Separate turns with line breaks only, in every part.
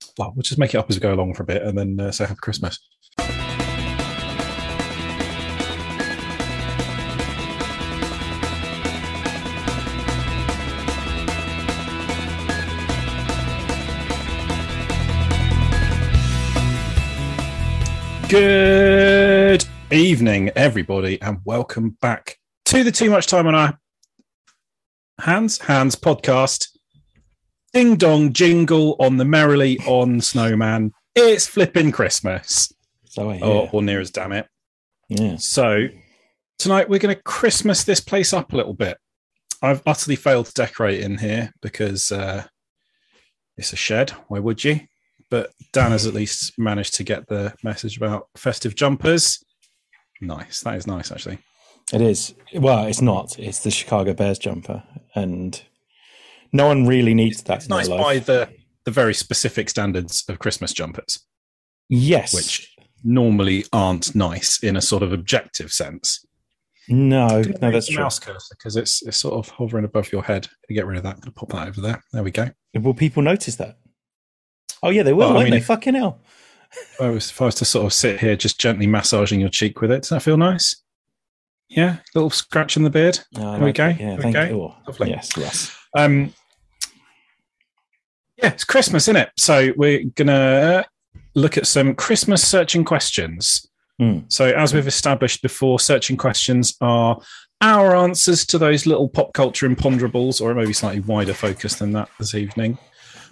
just well, we'll just make it up as we go along for a bit, and then uh, say Happy Christmas. Good evening, everybody, and welcome back to the Too Much Time on Our Hands Hands podcast. Ding dong jingle on the merrily on snowman. It's flipping Christmas,
So I hear.
or, or near as damn it.
Yeah.
So tonight we're going to Christmas this place up a little bit. I've utterly failed to decorate in here because uh, it's a shed. Why would you? But Dan has at least managed to get the message about festive jumpers. Nice. That is nice, actually.
It is. Well, it's not. It's the Chicago Bears jumper, and no one really needs that
It's
in their
nice by
life.
the the very specific standards of Christmas jumpers,
yes.
which normally aren't nice in a sort of objective sense.
No,
Can you
no,
move
that's
the
true.
mouse cursor because it's it's sort of hovering above your head. Get rid of that. I'm gonna pop that over there. There we go.
Will people notice that? Oh yeah, they will,
Well, I
won't
mean,
they?
if-
Fucking hell.
If I was if I was to sort of sit here just gently massaging your cheek with it, does that feel nice? Yeah, little scratch on the beard.
No, I
There we
like
go.
it. Yeah,
There we
thank
go.
you. Oh,
Lovely.
Yes, yes.
Um, yeah, it's Christmas, isn't it? So we're gonna look at some Christmas searching questions.
Hmm.
So as we've established before, searching questions are our answers to those little pop culture imponderables, or maybe slightly wider focus than that this evening.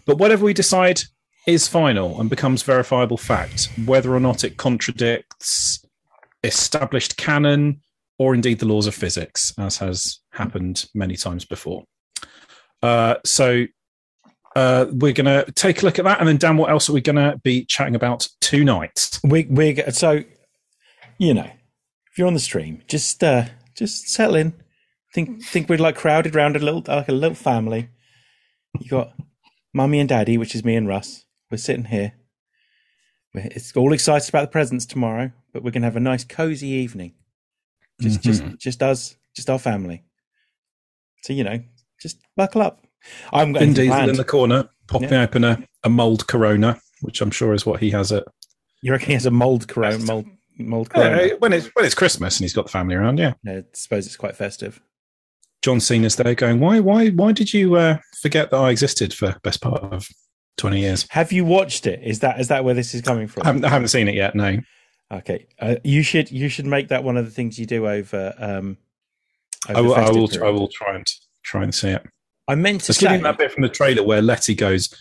But whatever we decide is final and becomes verifiable fact, whether or not it contradicts established canon or indeed the laws of physics, as has happened many times before. Uh, so uh, we're going to take a look at that, and then Dan, what else are we going to be chatting about tonight?
We we g- so you know if you're on the stream, just uh just settle in. Think think we're like crowded round a little like a little family. You got mummy and daddy, which is me and Russ. We're sitting here. We're it's all excited about the presents tomorrow, but we're gonna have a nice cozy evening. Just just just us, just our family. So you know, just buckle up. I'm going
Vin
to
Diesel in
plan.
the corner, popping open a, a mold Corona, which I'm sure is what he has at
You reckon he has a mold corona mold mold corona?
Yeah, when it's when it's Christmas and he's got the family around. Yeah,
I suppose it's quite festive.
John Cena's there going, why why why did you uh, forget that I existed for best part of twenty years?
Have you watched it? Is that is that where this is coming
I
from?
haven't, I haven't seen it yet. No,
okay, uh, you should you should make that one of the things you do over. Um, over
I will. I
festive
will.
period.
I will try and try and see it.
I meant to
Just giving
say
that bit from the trailer where Letty goes,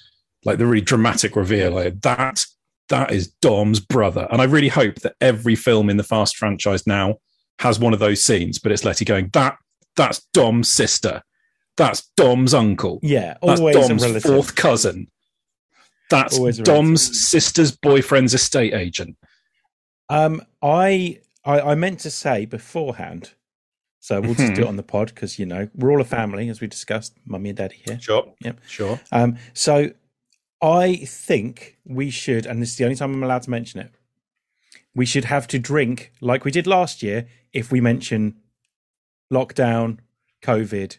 like the really dramatic reveal, like that, that is Dom's brother. And I really hope that every film in the Fast franchise now has one of those scenes, but it's Letty going, that, that's Dom's sister. That's Dom's uncle.
yeah,
That's
always a
Dom's
relative.
fourth cousin. That's
Always a relative.
Dom's sister's boyfriend's estate agent.
Um, I, I I meant to say beforehand, so we'll just
Mhm.
do it on the pod because you know we're all a family as we discussed, mummy and daddy here.
Sure.
Yep.
Sure.
Um, so I think we should, and this is the only time I'm allowed to mention it. We should have to drink like we did last year if we mention lockdown, COVID,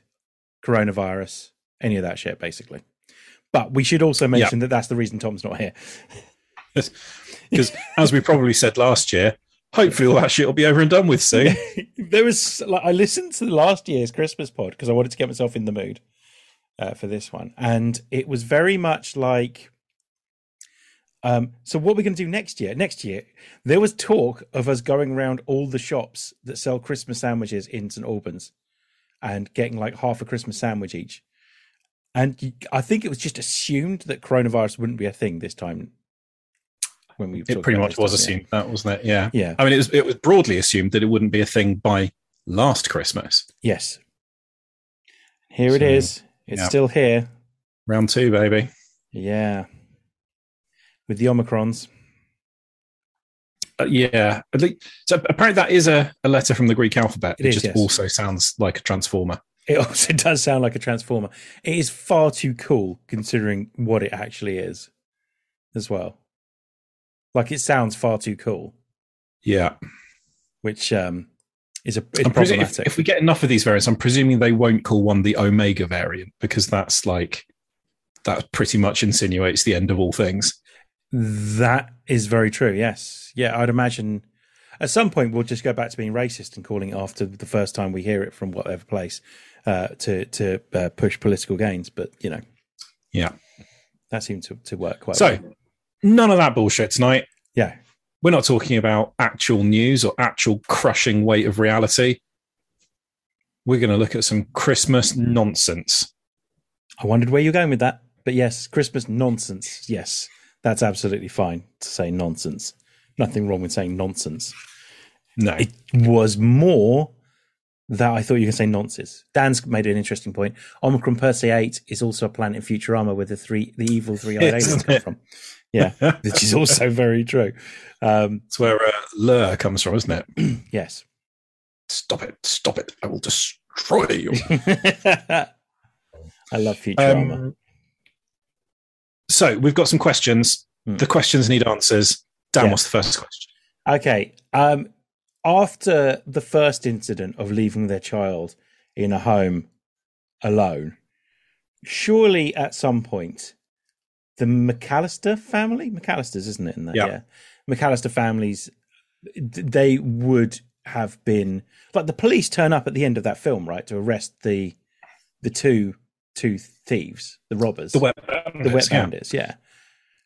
coronavirus, any of that shit, basically. But we should also mention that that's the reason Tom's not here.
Because as we probably said last year, hopefully all that shit will be over and done with soon.
there was like I listened to last year's Christmas pod because I wanted to get myself in the mood uh, for this one, and it was very much like. Um, so what we're going to do next year? Next year, there was talk of us going around all the shops that sell Christmas sandwiches in St Albans, and getting like half a Christmas sandwich each. And you, I think it was just assumed that coronavirus wouldn't be a thing this time. When we
It
talked
pretty
about
much
this
was
time, yeah.
assumed that, wasn't it? Yeah.
Yeah.
I mean, it was it was broadly assumed that it wouldn't be a thing by last Christmas.
Yes. Here it
So,
is. It's
yeah.
still here.
Round two, baby.
Yeah. With the Omicrons.
Uh, yeah. At least, so apparently that is a, a letter from the Greek alphabet.
It
It,
is,
just
yes.
also sounds like a transformer.
It also does sound like a transformer. It is far too cool considering what it actually is as well. Like it sounds far too cool,
Yeah.
which um is a it's
I'm presuming if,
problematic.
if we get enough of these variants, I'm presuming they won't call one the Omega variant because that's like that pretty much insinuates the end of all things.
That is very true. Yes. Yeah, I'd imagine at some point we'll just go back to being racist and calling it after the first time we hear it from whatever place uh, to to uh, push political gains. But you know,
Yeah.
that seemed to, to work quite
So,
well.
none of that bullshit tonight.
Yeah.
We're not talking about actual news or actual crushing weight of reality. We're going to look at some Christmas nonsense.
I wondered where you're going with that, but yes, Christmas nonsense. Yes, that's absolutely fine to say nonsense. Nothing wrong with saying nonsense.
No.
It was more that I thought you could say nonsense. Dan's made an interesting point. Omicron Persei Eight is also a planet in Futurama where the three, the evil three-eyed aliens
Isn't
come
it?
from. Yeah, which is also very true. Um,
That's where uh, lure comes from, isn't it?
yes.
Stop it. Stop it. I will destroy you.
I love Futurama.
Um, so, we've got some questions.
Hmm.
The questions need answers. Dan,
Yeah.
what's the first question?
Okay. Um, after the first incident of leaving their child in a home alone, surely at some point, the McAllister family, McAllister's, isn't it? In that,
Yeah.
McAllister families, th- they would have been like the police turn up at the end of that film, right, to arrest the the two two thieves, the robbers,
The web.
the wet bandits, yeah.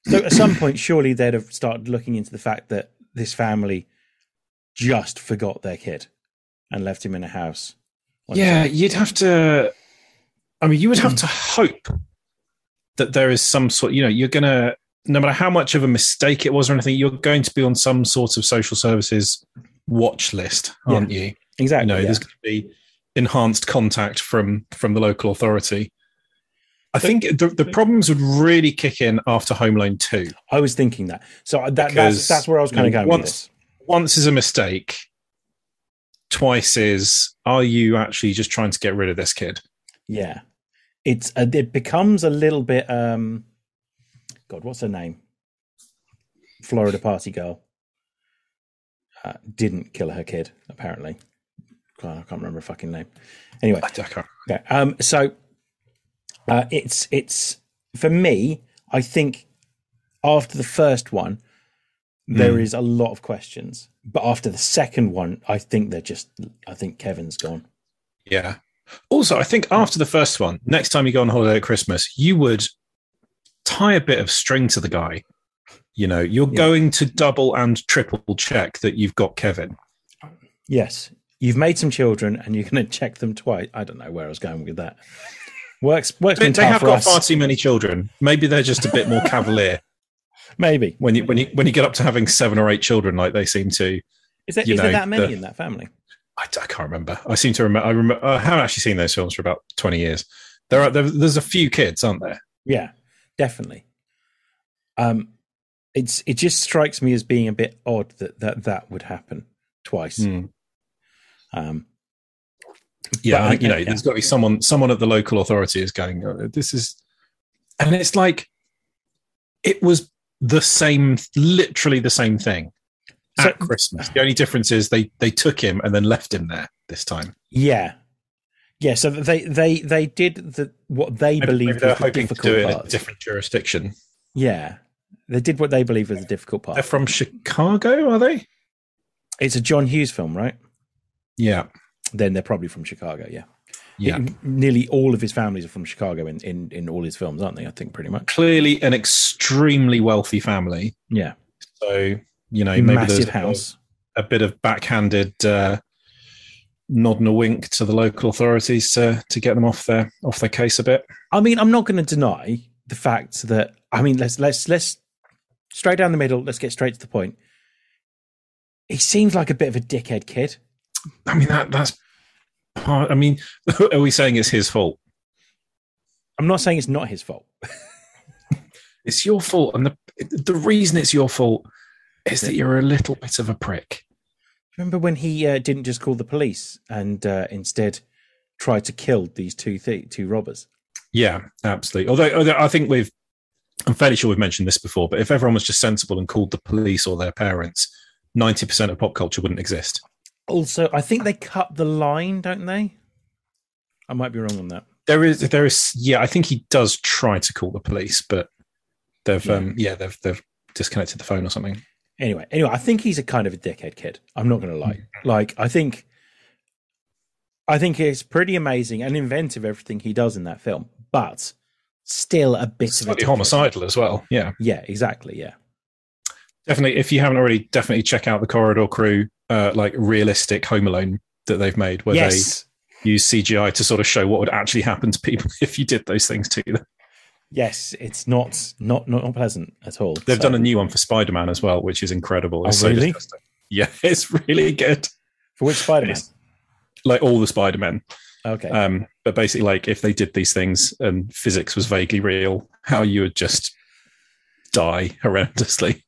So at some point, surely they'd have started looking into the fact that this family just forgot their kid and left him in a house. on his
Yeah, you'd have to. I mean, you would
Hmm.
have to hope that there is some sort. You know, you're gonna no matter how much of a mistake it was or anything, you're going to be on some sort of social services watch list,
Yeah.
aren't you?
own. Exactly.
You know,
yeah.
there's going to be enhanced contact from from the local authority. I think the, the problems would really kick in after Home Loan Two.
I was thinking that. So that, that's
Because,
that's where I was
you
kind of
know,
going with
once-
this.
Once is a mistake. Twice is are you actually just trying to get rid of this kid?
Yeah, it's a, it becomes a little bit. um God, what's her name? Florida party girl uh, didn't kill her kid. Apparently, God, I can't remember her fucking name. Anyway,
I can't-
Okay. Um, so uh, it's it's for me. I think after the first one,
Hmm.
there is a lot of questions, but after the second one, I think they're just. I think Kevin's gone.
Yeah. Also, I think after the first one, next time you go on holiday at Christmas, you would tie a bit of string to the guy. You know, you're
Yeah.
going to double and triple check that you've got Kevin.
Yes, you've made some children, and you're going to check them twice. I don't know where I was going with that. Works works
They,
been
they
tough
have
for
got
us.
far too many children. Maybe they're just a bit more cavalier
Maybe
when you when you when you get up to having seven or eight children, like they seem to.
is there,
You
is there
know,
that many
the-
in that family?
I, I can't remember. I seem to remember. I remember. I haven't actually seen those films for about twenty years. There are there, there's a few kids, aren't there?
Yeah, definitely. Um, it's it just strikes me as being a bit odd that that that would happen twice.
Hmm.
Um,
yeah,
But
I think, you
I-
know,
yeah.
there's got to be someone. Someone at the local authority is going. "Oh, This is, and it's like, it was the same, literally the same thing
So-
at Christmas. The only difference is they they took him and then left him there this time.
yeah, yeah. So they they they did the what they believe
they're
was the
hoping to do
difficult
it in a
part.
different jurisdiction.
yeah, they did what they believe was the difficult
They're
part.
from Chicago, are they?
It's a John Hughes film, right?
Yeah,
Then they're probably from Chicago. Yeah,
yeah.
N- nearly all of his families are from Chicago in in in all his films, aren't they? I think pretty much.
Clearly, an extremely wealthy family.
Yeah,
So you know, maybe there's
massive
a bit of-
house.
a bit of backhanded uh, nod and a wink to the local authorities to to get them off their off their case a bit.
I mean, I'm not going to deny the fact that I mean, let's let's let's straight down the middle. Let's get straight to the point. He seems like a bit of a dickhead kid.
I mean that that's part. I mean, are we saying it's his fault?
I'm not saying it's not his fault.
It's your fault, and the the reason it's your fault is that you're a little bit of a prick.
Remember when he uh, didn't just call the police and uh, instead tried to kill these two th- two robbers?
Yeah, absolutely. Although, although I think we've. I'm fairly sure we've mentioned this before, but if everyone was just sensible and called the police or their parents, 90% of pop culture wouldn't exist.
Also, I think they cut the line, don't they? I might be wrong on that.
there is there is yeah i think he does try to call the police but they've um yeah they've they've disconnected the phone or something.
Anyway, anyway, I think he's a kind of a dickhead kid. I'm not going to lie.
Mm.
Like, I think, I think it's pretty amazing and inventive everything he does in that film, but still a bit of a
Slightly
dickhead.
homicidal as well. Yeah.
Yeah, exactly. Yeah,
definitely if you haven't already definitely check out the corridor crew uh, like realistic home alone that they've made where
yes,
they use cgi to sort of show what would actually happen to people if you did those things to them
yes, it's not not not pleasant at all.
they've
So-
done a new one for spider-man as well which is incredible
Oh,
It's so
really?
disgusting. yeah it's really good
for which Spider Man.
It's- like all the spider-men
Okay,
um, but basically like if they did these things and physics was vaguely real how you would just die horrendously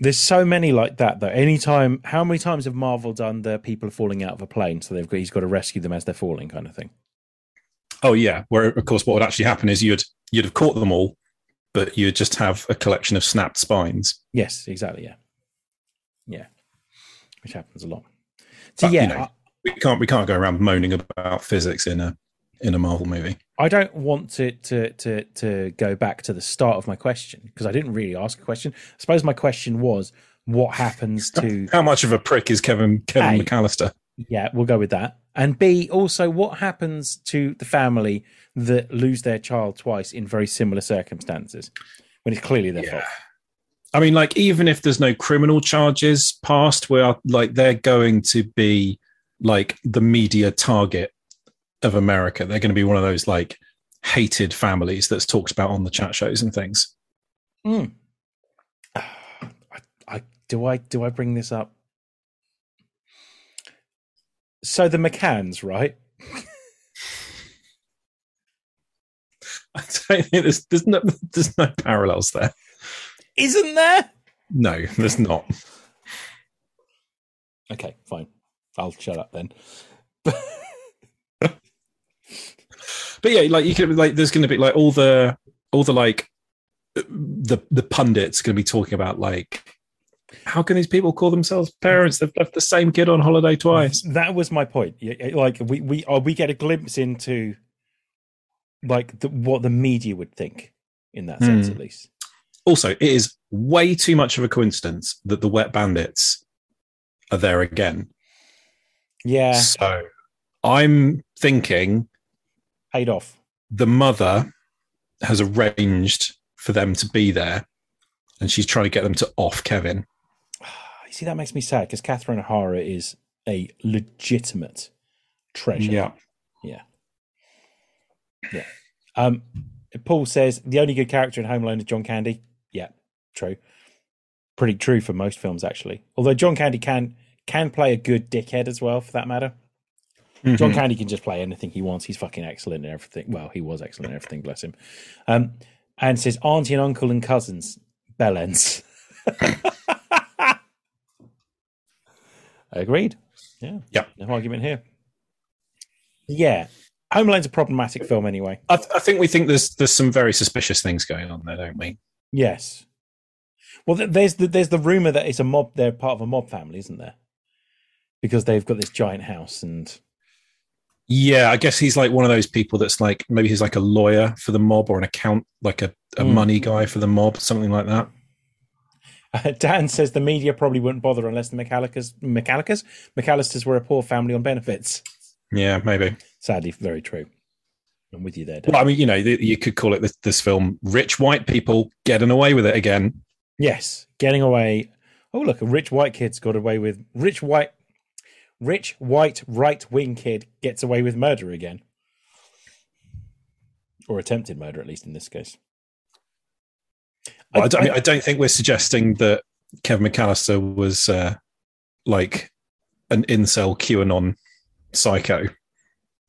There's so many like that though. Anytime, how many times have Marvel done the people are falling out of a plane, so they've got he's got to rescue them as they're falling, kind of thing.
Oh yeah, where of course what would actually happen is you'd you'd have caught them all, but you'd just have a collection of snapped spines.
Yes, exactly. Yeah, yeah, which happens a lot. So
But, you
yeah,
know, We can't we can't go around moaning about physics in a in a Marvel movie.
I, I don't want to to to to go back to the start of my question because I didn't really ask a question. I suppose my question was, what happens to?
How much of a prick is Kevin Kevin
Hey.
McAllister?
yeah, we'll go with that. And B, also, what happens to the family that lose their child twice in very similar circumstances when it's clearly their
Yeah.
fault?
I mean, like even if there's no criminal charges passed, we are like they're going to be like the media target of America. They're going to be one of those like hated families that's talked about on the chat shows and things.
Mm. I, I do I do I bring this up? So the McCanns, right?
I don't think there's there's no there's no parallels there.
Isn't there?
No, there's not.
Okay, fine. I'll shut up then.
but yeah, like you could like there's going to be like all the all the like the the pundits going to be talking about like how can these people call themselves parents? They've left the same kid on holiday twice.
That was my point. Yeah, yeah, Like we we uh, we get a glimpse into like the, what the media would think in that sense,
Hmm.
at least.
Also, it is way too much of a coincidence that the Wet Bandits are there again.
Yeah,
So I'm thinking
paid off.
the mother has arranged for them to be there, and she's trying to get them to off Kevin.
You see, that makes me sad because Catherine O'Hara is a legitimate treasure. Um, Paul says the only good character in Home Alone is John Candy. Yeah, true. Pretty true for most films, actually. Although John Candy can can play a good dickhead as well, for that matter. John
Mhm.
Candy can just play anything he wants. He's fucking excellent in everything. Well, he was excellent in everything, bless him. Um, and says auntie and uncle and cousins, bellends. Agreed. Yeah.
Yeah.
No argument here. Yeah. Home Alone's a problematic film anyway.
I, th- I think we think there's there's some very suspicious things going on there, don't we?
Yes. Well, th- there's the, there's the rumor that it's a mob. They're part of a mob family, isn't there? Because they've got this giant house, and
Yeah, I guess he's like one of those people that's like maybe he's like a lawyer for the mob or an account like a, a
Hmm.
money guy for the mob, something like that.
Uh, Dan says the media probably wouldn't bother unless the McAllisters, McAllisters, McAllisters were a poor family on benefits.
Yeah, maybe.
Sadly, very true. I'm with you there, Dan.
Well, I mean, you know, th- you could call it this, this film "Rich White People Getting Away with It Again."
Yes, getting away. Oh, look, a rich white kid's got away with rich white, rich white right wing kid gets away with murder again, or attempted murder, at least in this case.
Well, I, don't, I, mean, I don't think we're suggesting that Kevin McAllister was uh, like an incel QAnon psycho,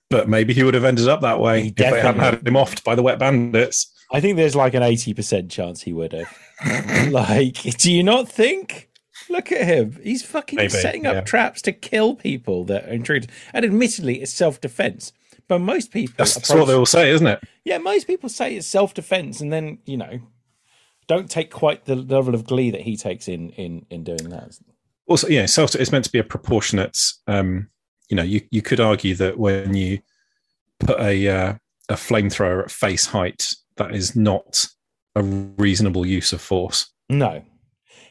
but maybe he would have ended up that way
He
if they hadn't
definitely-
had him offed by the Wet Bandits.
I think there's like an eighty percent chance he would have. like, do you not think? Look at him. He's fucking
Maybe,
setting up
yeah.
traps to kill people that are intruders. And admittedly, it's self defense. But most people,
That's, that's
approach-
what they all say, isn't it?
yeah, most people say it's self defense, and then you know, don't take quite the level of glee that he takes in in in doing that.
also yeah self it's meant to be a proportionate um you know you you could argue that when you put a uh, a flamethrower at face height that is not a reasonable use of force
No.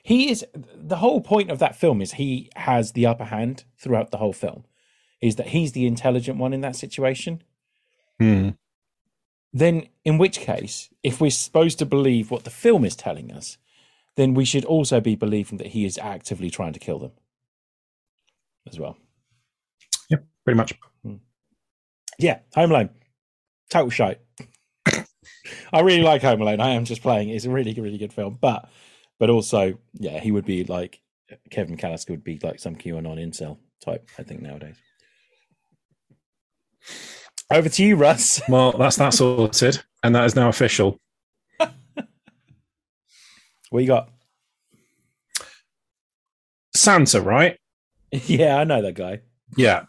He is the whole point of that film is he has the upper hand throughout the whole film. Is that he's the intelligent one in that situation?
Hmm.
Then in which case, if we're supposed to believe what the film is telling us, then we should also be believing that he is actively trying to kill them as well.
Yep, pretty much.
Yeah, Home Alone. Total shite. I really like Home Alone. I am just playing. it. It's a really, really good film. But, but also, yeah, he would be like Kevin Callister would be like some QAnon incel type. I think nowadays. Over to you, Russ.
Well, that's that sorted, and that is now official.
What you got?
Santa, right?
yeah, I know that guy.
Yeah.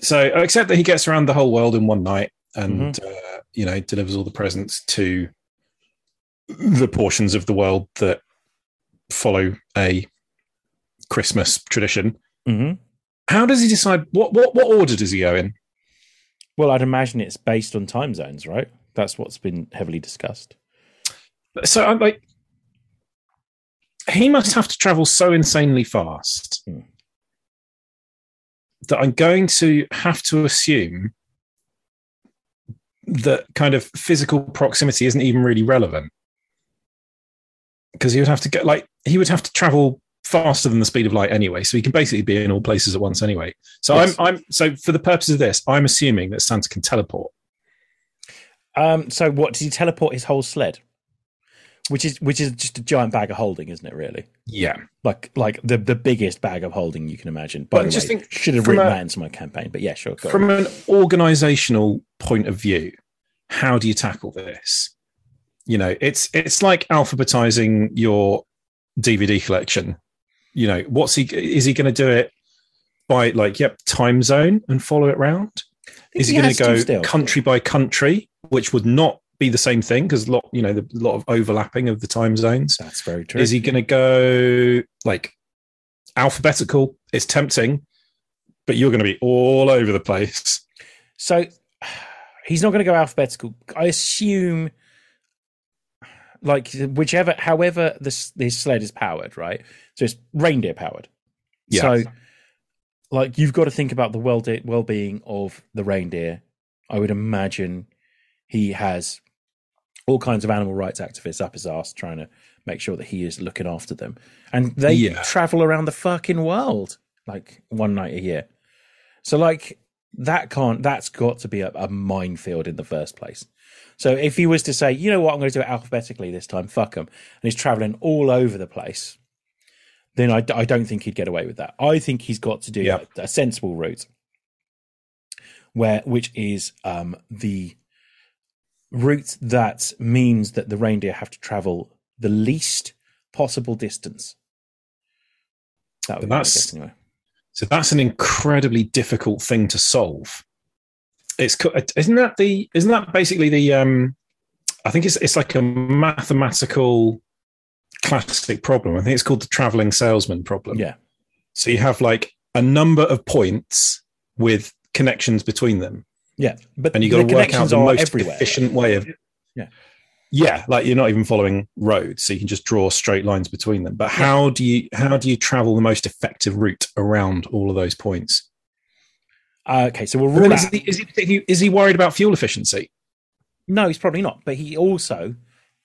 So, except that he gets around the whole world in one night and, uh, you know, delivers all the presents to the portions of the world that follow a Christmas tradition.
Mm-hmm.
How does he decide? What, what, what order does he go in?
Well, I'd imagine it's based on time zones, right? That's what's been heavily discussed.
So, I'm like, he must have to travel so insanely fast
Hmm.
that I'm going to have to assume that kind of physical proximity isn't even really relevant because he would have to get like he would have to travel faster than the speed of light anyway so he can basically be in all places at once anyway so
Yes.
i'm i'm so for the purpose of this i'm assuming that santa can teleport
Um, so what does he teleport his whole sled? Which is which is just a giant bag of holding, isn't it? Really,
yeah
like like the the biggest bag of holding you can imagine. By
Well,
the
just
way,
think
should have
from
written
a-
that into my campaign, but yeah, sure. Go on.
from an organizational point of view how do you tackle this you know it's it's like alphabetizing your dvd collection you know what's he is he going to do it by like yep time zone and follow it round
I think
is he,
he
going
has
to go
to still.
country by country which would not be the same thing because lot you know the lot of overlapping of the time zones
That's very true.
is he going to go like alphabetical it's tempting but you're going to be all over the place
So he's not going to go alphabetical. I assume, like whichever, however, this this sled is powered, right? So it's reindeer powered.
Yeah.
So, like, you've got to think about the well well being of the reindeer. I would imagine he has all kinds of animal rights activists up his ass trying to make sure that he is looking after them, and they
Yeah.
travel around the fucking world like one night a year. So, like, that can't that's got to be a, a minefield in the first place so if he was to say you know what i'm going to do it alphabetically this time fuck him and he's traveling all over the place then i, d- I don't think he'd get away with that i think he's got to do
Yeah.
a, a sensible route where which is um the route that means that the reindeer have to travel the least possible distance that would be my
That's-
guess anyway
So that's an incredibly difficult thing to solve. It's co- isn't that the isn't that basically the um, I think it's it's like a mathematical classic problem. I think it's called the traveling salesman problem.
yeah
So you have like a number of points with connections between them,
yeah but
and you
the
got to work out
connections
the
are
most
everywhere
efficient way of.
Yeah.
Yeah, like you're not even following roads, so you can just draw straight lines between them. But how do you how do you travel the most effective route around all of those points?
Uh, okay, so we'll
Well,
rule
is,
out.
he, is, he, particularly- is he worried about fuel efficiency?
No, he's probably not. But he also,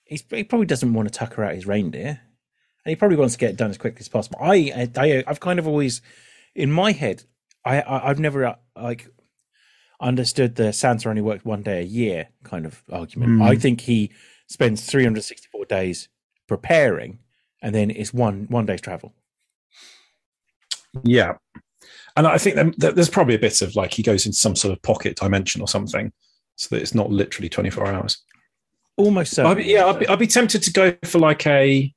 he's, he probably doesn't want to tucker out his reindeer, and he probably wants to get it done as quickly as possible. I, I I've kind of always, in my head, I, I I've never uh, like understood the Santa only worked one day a year kind of argument.
Mm.
I think he spends 364 days preparing, and then it's one one day's travel.
Yeah. And I think that- that there's probably a bit of like he goes into some sort of pocket dimension or something so that it's not literally 24 hours.
Almost
I'd
certainly.
be, yeah, I'd be, I'd be tempted to go for like a.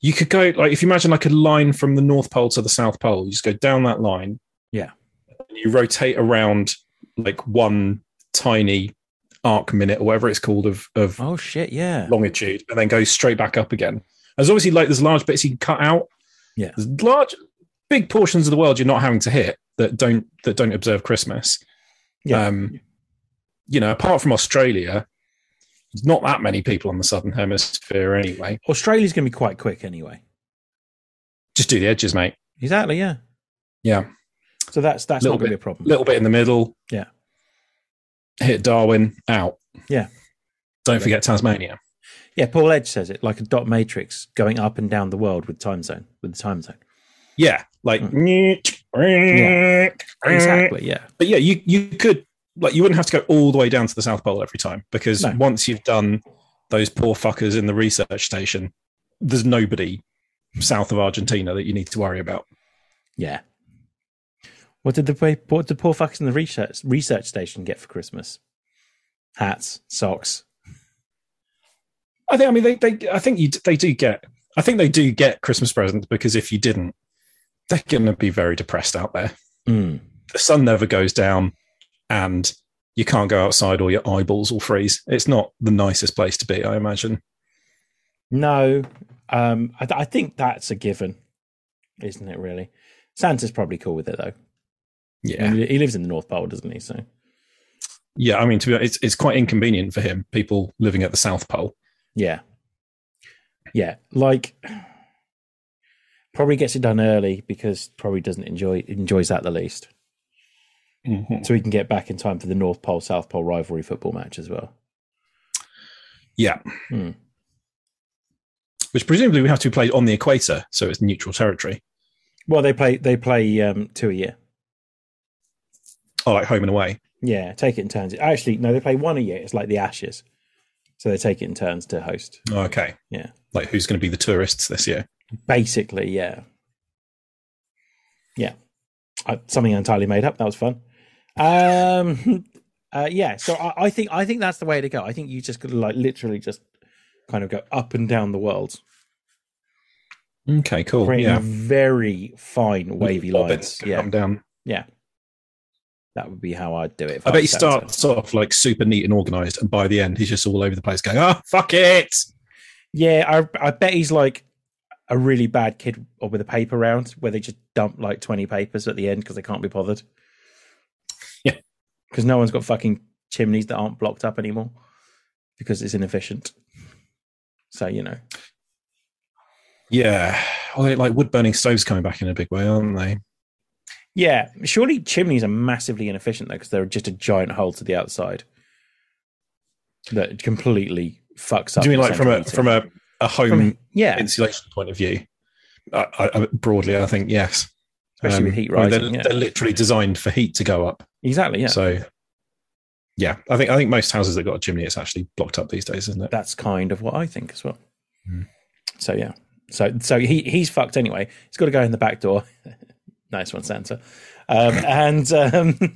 You could go, like, if you imagine like a line from the North Pole to the South Pole, you just go down that line.
Yeah.
And you rotate around like one tiny arc minute or whatever it's called of, of
Oh shit! Yeah.
longitude and then goes straight back up again. There's obviously like there's large bits you can cut out.
Yeah.
There's large big portions of the world you're not having to hit that don't that don't observe Christmas.
Yeah.
Um you know, apart from Australia, There's not that many people on the southern hemisphere anyway.
Australia's going to be quite quick anyway.
Just do the edges, mate.
Exactly. Yeah.
Yeah,
So that's that's
Little
not going to
bit-
be a problem.
little bit in the middle.
Yeah.
hit Darwin out.
Yeah.
don't forget Tasmania.
Yeah, Paul Edge says it like a dot matrix going up and down the world with time zone with the time zone.
Yeah, like
Hmm.
Eh.
Exactly. Yeah.
but yeah, you you could like you wouldn't have to go all the way down to the South Pole every time because
No.
once you've done those poor fuckers in the research station, there's nobody south of Argentina that you need to worry about.
Yeah. What did the pa- what did the poor fuckers in the research research station get for Christmas? Hats, socks.
I think I mean they they I think you d- they do get I think they do get Christmas presents because if you didn't, they're going to be very depressed out there.
Mm.
The sun never goes down, and you can't go outside or your eyeballs will freeze. It's not the nicest place to be, I imagine.
No, um, I, th- I think that's a given, isn't it? Really, Santa's probably cool with it though. I
Yeah,
mean, he lives in the North Pole, doesn't he? So
yeah. I mean, to be honest, it's it's quite inconvenient for him. People living at the South Pole.
yeah, yeah, like probably gets it done early because probably doesn't enjoy enjoys that the least, so he can get back in time for the North Pole South Pole rivalry football match as well.
Yeah.
Hmm.
Which presumably we have to be played on the equator, so it's neutral territory.
Well, they play they play um, two a year.
Oh, like home and away.
Yeah, take it in turns. Actually, no, they play one a year. It's like the Ashes, so they take it in turns to host.
Oh, Okay.
Yeah.
Like who's going to be the tourists this year?
Basically, yeah. Yeah. Uh, something entirely made up. That was fun. Um, uh, yeah. So I, I think I think that's the way to go. I think you just got to like literally just kind of go up and down the world,
Okay, cool.
creating
yeah.
very fine wavy
Bobbins
lines.
to
Yeah,
Come down.
yeah. That would be how I'd do it. if
I bet
was
he
Santa.
starts off like super neat and organized, and by the end he's just all over the place, going, "Oh, fuck it!"
Yeah, I I bet he's like a really bad kid or with a paper round where they just dump like twenty papers at the end because they can't be bothered.
Yeah.
because no one's got fucking chimneys that aren't blocked up anymore because it's inefficient. So you know,
Yeah. Well, they, like wood burning stoves coming back in a big way, aren't they?
yeah, surely chimneys are massively inefficient though because they're just a giant hole to the outside that completely fucks up.
Do you mean like from a
central
from a, a home
heating. From- yeah,
insulation point of view? I, I, I- broadly, I think yes.
especially
Um,
with heat
I mean,
rising.
they're,
yeah.
they're literally designed for heat to go up.
Exactly. Yeah.
So, yeah, I think I think most houses that got a chimney, it's actually blocked up these days, isn't it?
that's kind of what I think as well.
Mm.
So yeah, so so he he's fucked anyway. He's got to go in the back door. nice one, Santa. Um, and um, he's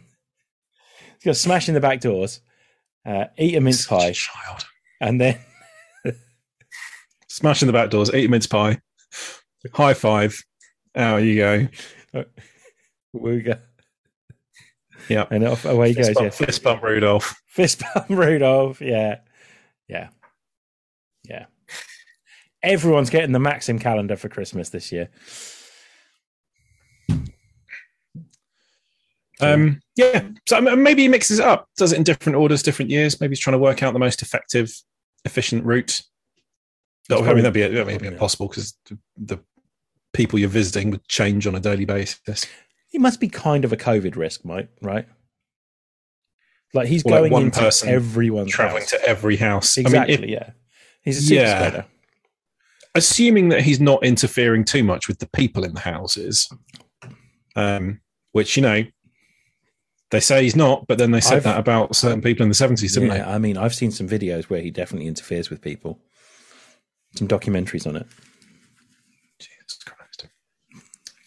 got to smash in the back doors, uh, eat a mince
Such a
pie,
child.
and then
Smashing the back doors, eat a mince pie, high five. Out you go.
we go.
Yeah.
and off away he
Fist,
goes.
bump,
Yeah,
fist bump Rudolph.
fist bump Rudolph. Yeah, yeah, yeah. Everyone's getting the Maxim calendar for Christmas this year.
Um, yeah. So um, maybe he mixes it up, does it in different orders, different years. Maybe he's trying to work out the most effective, efficient route. Oh, I mean, that'd be, that'd be impossible because the, the people you're visiting would change on a daily basis.
He must be kind of a COVID risk, Mike, right? Like he's
Well, like
going
one
into
person
everyone's
Traveling
house.
to every house.
exactly,
I mean, if-
yeah. He's a super
Yeah.
spreader.
assuming that he's not interfering too much with the people in the houses, um, which, you know, they say he's not, but then they said
I've-
that about certain people in the 70s, didn't
Yeah, I mean, I've seen some videos where he definitely interferes with people. Some documentaries on it.
they? Jesus Christ.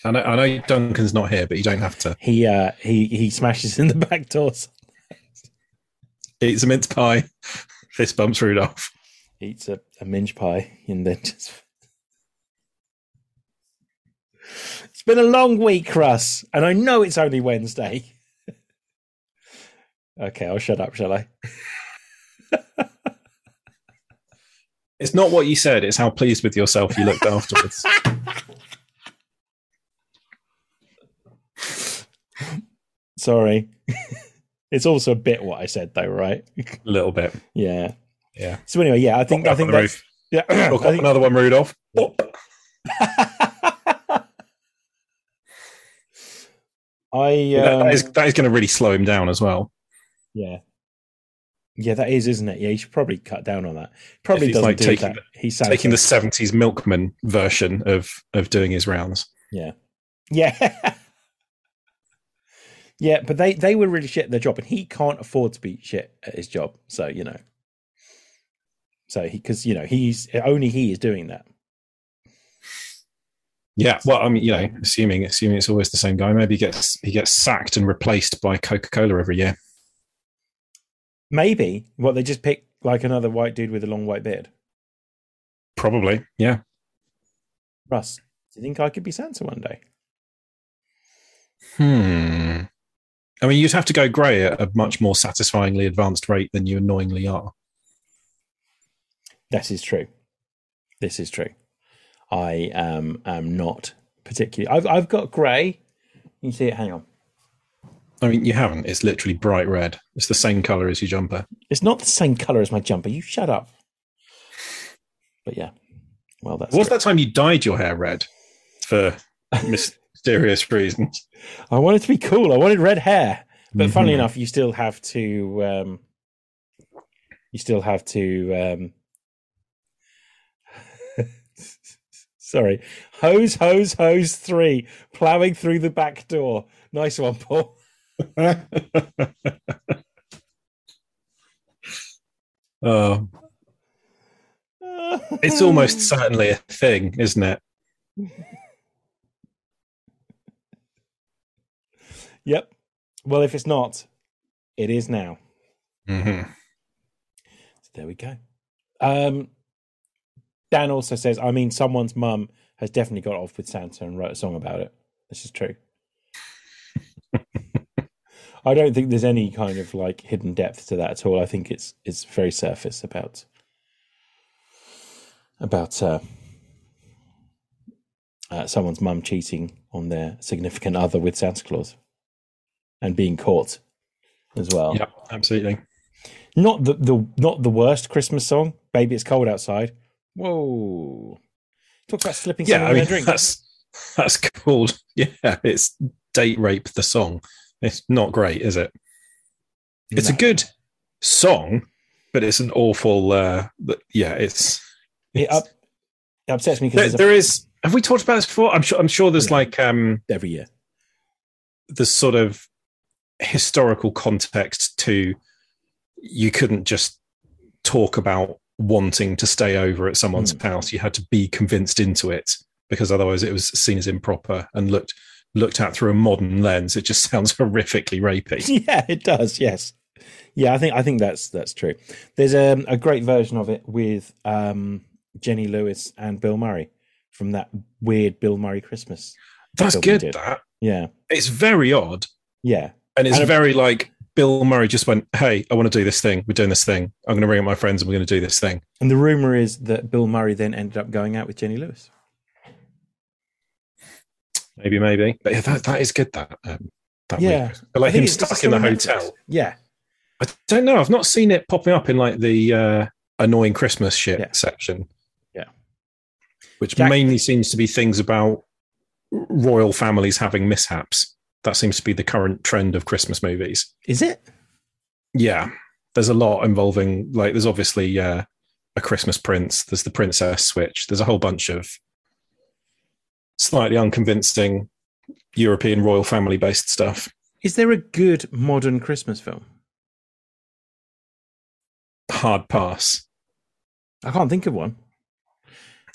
I know, I know Duncan's not here, but you don't have to.
He uh, he he smashes in the back doors,
eats a mince pie, fist bumps Rudolph.
eats a, a minge pie, and then just. It's been a long week, Russ, and I know it's only Wednesday. okay, I'll shut up, shall I?
It's not what you said, it's how pleased with yourself you looked afterwards.
Sorry. it's also a bit what I said, though, right?
a little bit.
yeah.
Yeah.
So anyway, yeah, I think
Up
I
on the
think that's
roof.
yeah. I
Look up
think-
another one, Rudolph. Bop.
I
That-
um,
that is, that is going to really slow him down as well.
yeah, yeah, that is, isn't it? Yeah, you should probably cut down on that. Probably
he's,
doesn't
like,
do
taking
that. He's
Taking the 70s milkman version of of doing his rounds.
Yeah. yeah, but they they were really shit at their job, and he can't afford to be shit at his job. So you know, so he because you know he's only he is doing that.
Yeah, well, I mean, you know, assuming assuming it's always the same guy, maybe he gets he gets sacked and replaced by Coca Cola every year.
Maybe what they just pick like another white dude with a long white beard.
Probably, yeah.
Russ, do you think I could be Santa one day?
Hmm. I mean, you'd have to go grey at a much more satisfyingly advanced rate than you annoyingly are.
This is true. This is true. I um, am not particularly. I've I've got grey. You can see it. Hang on.
I mean, you haven't. It's literally bright red. It's the same color as your jumper.
It's not the same color as my jumper. You shut up. But yeah. Well, that's.
What was
great.
that time you dyed your hair red for mysterious reasons?
I wanted to be cool. I wanted red hair. But funnily
Mhm.
enough, you still have to. Um, you still have to. Um, sorry, hose, hose, hose. Three plowing through the back door. Nice one, Paul.
Oh,
Hmm.
it's almost certainly a thing, isn't it?
Yep. Well, if it's not, it is now.
hmm
Mm-hmm. So there we go. Um, Dan also says, I mean, someone's mum has definitely got off with Santa and wrote a song about it. This is true. I don't think there's any kind of like hidden depth to that at all. I think it's it's very surface about about uh, uh, someone's mum cheating on their significant other with Santa Claus and being caught as well
Yeah, absolutely.
not the, the not the worst Christmas song. Baby, it's cold outside. Whoa! Talks about slipping
Yeah,
someone
I
in
mean,
their drink.
that's that's called yeah. It's date rape the song. It's not great, is it? It's
No.
a good song, but it's an awful. Uh, th- yeah, it's.
It, up, it upsets me
There-
because
there is. Have we talked about this before? I'm sure. I'm sure there's
Yeah.
like um
every year.
there's sort of historical context to. You couldn't just talk about wanting to stay over at someone's
Hmm.
house. You had to be convinced into it because otherwise it was seen as improper and looked looked at through a modern lens. It just sounds horrifically rapey.
yeah, it does. Yes. Yeah, I think I think that's that's true. There's um, a great version of it with um, Jenny Lewis and Bill Murray from that weird Bill Murray Christmas.
That's
Bill
good.
did.
That
Yeah,
it's very odd
yeah,
and it's
And a-
very like Bill Murray just went, "Hey, I want to do this thing. We're doing this thing. I'm going to ring up my friends and we're going to do this thing."
and the rumor is that Bill Murray then ended up going out with Jenny Lewis.
Maybe, maybe. But yeah, that, that is good. That um, that
Yeah.
week. But like
I think
him
it's- it's
stuck in the
on Netflix.
hotel.
Yeah,
I don't know. I've not seen it popping up in like the uh, annoying Christmas shit
Yeah.
section.
Yeah.
Which
Jack-
mainly seems to be things about royal families having mishaps. That seems to be the current trend of Christmas movies.
is it?
Yeah. There's a lot involving, like, there's obviously uh, a Christmas prince, there's the princess switch, there's a whole bunch of slightly unconvincing European royal family based stuff.
Is there a good modern Christmas film?
Hard pass.
I can't think of one.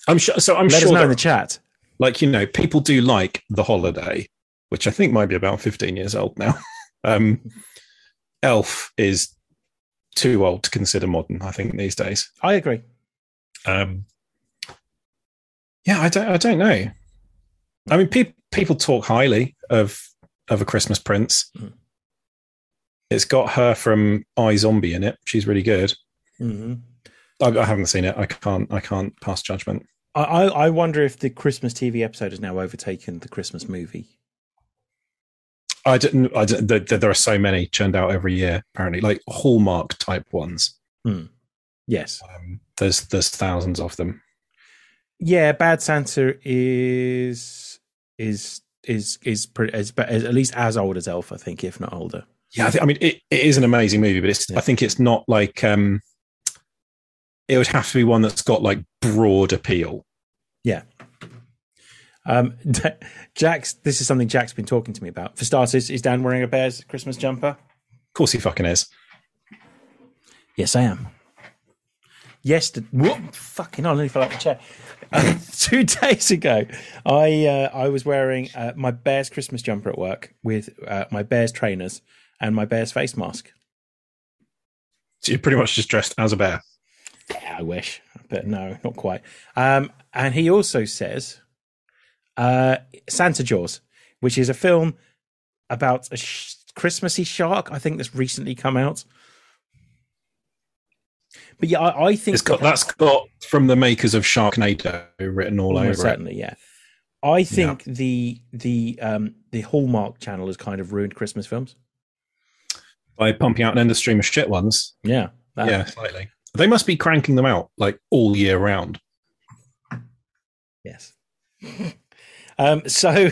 I'm sure. So I'm
Let
sure
us know
there
in the chat.
like you know people do like the holiday which i think might be about 15 years old now um elf is too old to consider modern i think these days
I agree.
um yeah i don't i don't know i mean people people talk highly of of a christmas prince
Mm.
it's got her from i zombie in it she's really good Mm-hmm.
hmm
I, I haven't seen it i can't i can't pass judgment
I, I I wonder if the Christmas TV episode has now overtaken the Christmas movie.
I didn't. I didn't there, there are so many churned out every year, apparently, like Hallmark type ones.
Hmm. Yes.
Um, there's there's thousands of them.
Yeah, Bad Santa is is is is, pre- is, be- is at least as old as Elf, I think, if not older.
Yeah, I, think, I mean it, it is an amazing movie, but it's
Yeah.
I think it's not like um, it would have to be one that's got like broad appeal.
Um, Jack's. This is something Jack's been talking to me about. For starters, is Dan wearing a bear's Christmas jumper?
Of course, he fucking is.
Yes, I am. Yesterday, whoop, fucking, hell, I nearly fell out the chair. Uh, two days ago, I uh, I was wearing uh, my Bears Christmas jumper at work with uh, my Bears trainers and my Bears face mask.
So you're pretty much just dressed as a bear.
Yeah, I wish, but no, not quite. Um, and he also says uh, Santa Jaws, which is a film about a sh- Christmassy shark. I think that's recently come out. But yeah, I, I think
It's got that's got from the makers of Sharknado written all
Almost
over it.
certainly, yeah. I think the the um the Hallmark channel has kind of ruined Christmas films.
by pumping out an endless stream of shit ones.
Yeah. that-
yeah, slightly. They must be cranking them out like all year round.
Yes. um so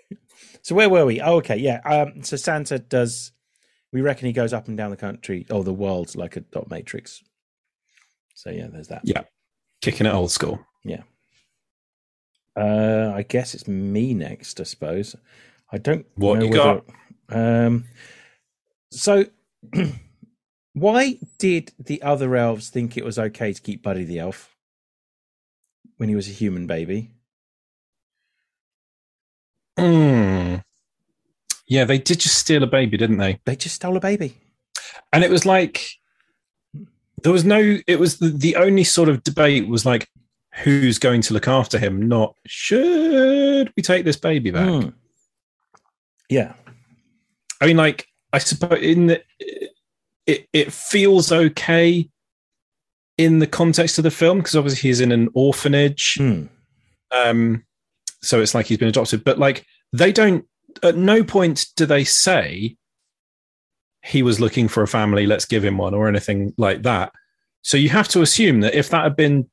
so where were we? Oh okay, yeah. Um so Santa does we reckon he goes up and down the country or the world like a dot matrix. So yeah, there's that.
Yeah. kicking it old school.
Uh I guess it's me next, I suppose. I don't
What
know
you
whether- Um so why did the other elves think it was okay to keep Buddy the elf when he was a human baby?
Mm. Yeah, they did just steal a baby, didn't they?
They just stole a baby.
And it was like there was no. It was the, the only sort of debate was like who's going to look after him, not should we take this baby back.
Hmm. Yeah.
I mean, like I suppose in the it it feels okay in the context of the film because obviously he's in an orphanage.
Hmm.
um so it's like he's been adopted but like they don't at no point do they say he was looking for a family let's give him one or anything like that so you have to assume that if that had been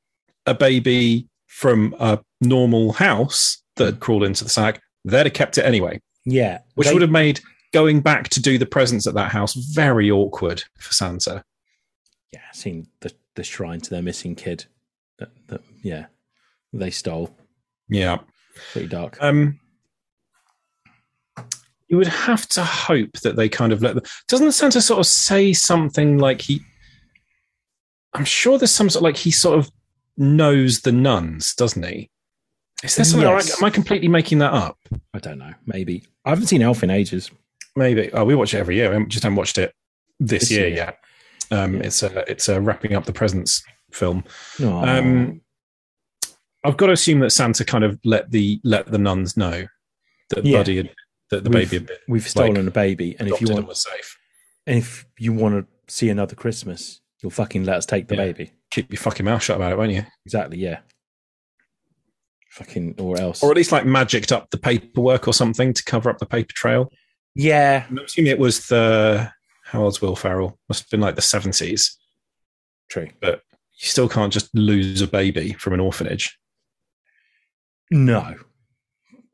a baby from a normal house that had crawled into the sack they'd have kept it anyway
Yeah.
which
They-
would have made going back to do the presents at that house very awkward for santa
yeah, seen the, the shrine to their missing kid. That, that, yeah. They stole.
yeah
Pretty dark.
Um, you would have to hope that they kind of let them. Doesn't Santa sort of say something like he? I'm sure there's some sort like he sort of knows the nuns, doesn't he? Is there something? or
Yes.
am I completely making that up?
I don't know. Maybe. I haven't seen Elf in ages.
Maybe. Oh, we watch it every year. I just haven't watched it this,
This
year,
year.
yet. Um,
Yeah.
It's a it's a wrapping up the presents film.
No.
Um, I've got to assume that Santa kind of let the let the nuns know that
Yeah.
Buddy had, that the
We've-
baby had been
We've stolen a baby, and if you
adopted
want
and was safe.
And if you want to see another Christmas, you'll fucking let us take the
Yeah.
baby.
keep your fucking mouth shut about it, won't you?
Exactly, yeah. Fucking or else.
Or at least like magicked up the paperwork or something to cover up the paper trail.
yeah,
I'm assuming it was the how old's Will Ferrell? Must have been like the seventies.
true.
You still can't just lose a baby from an orphanage.
No.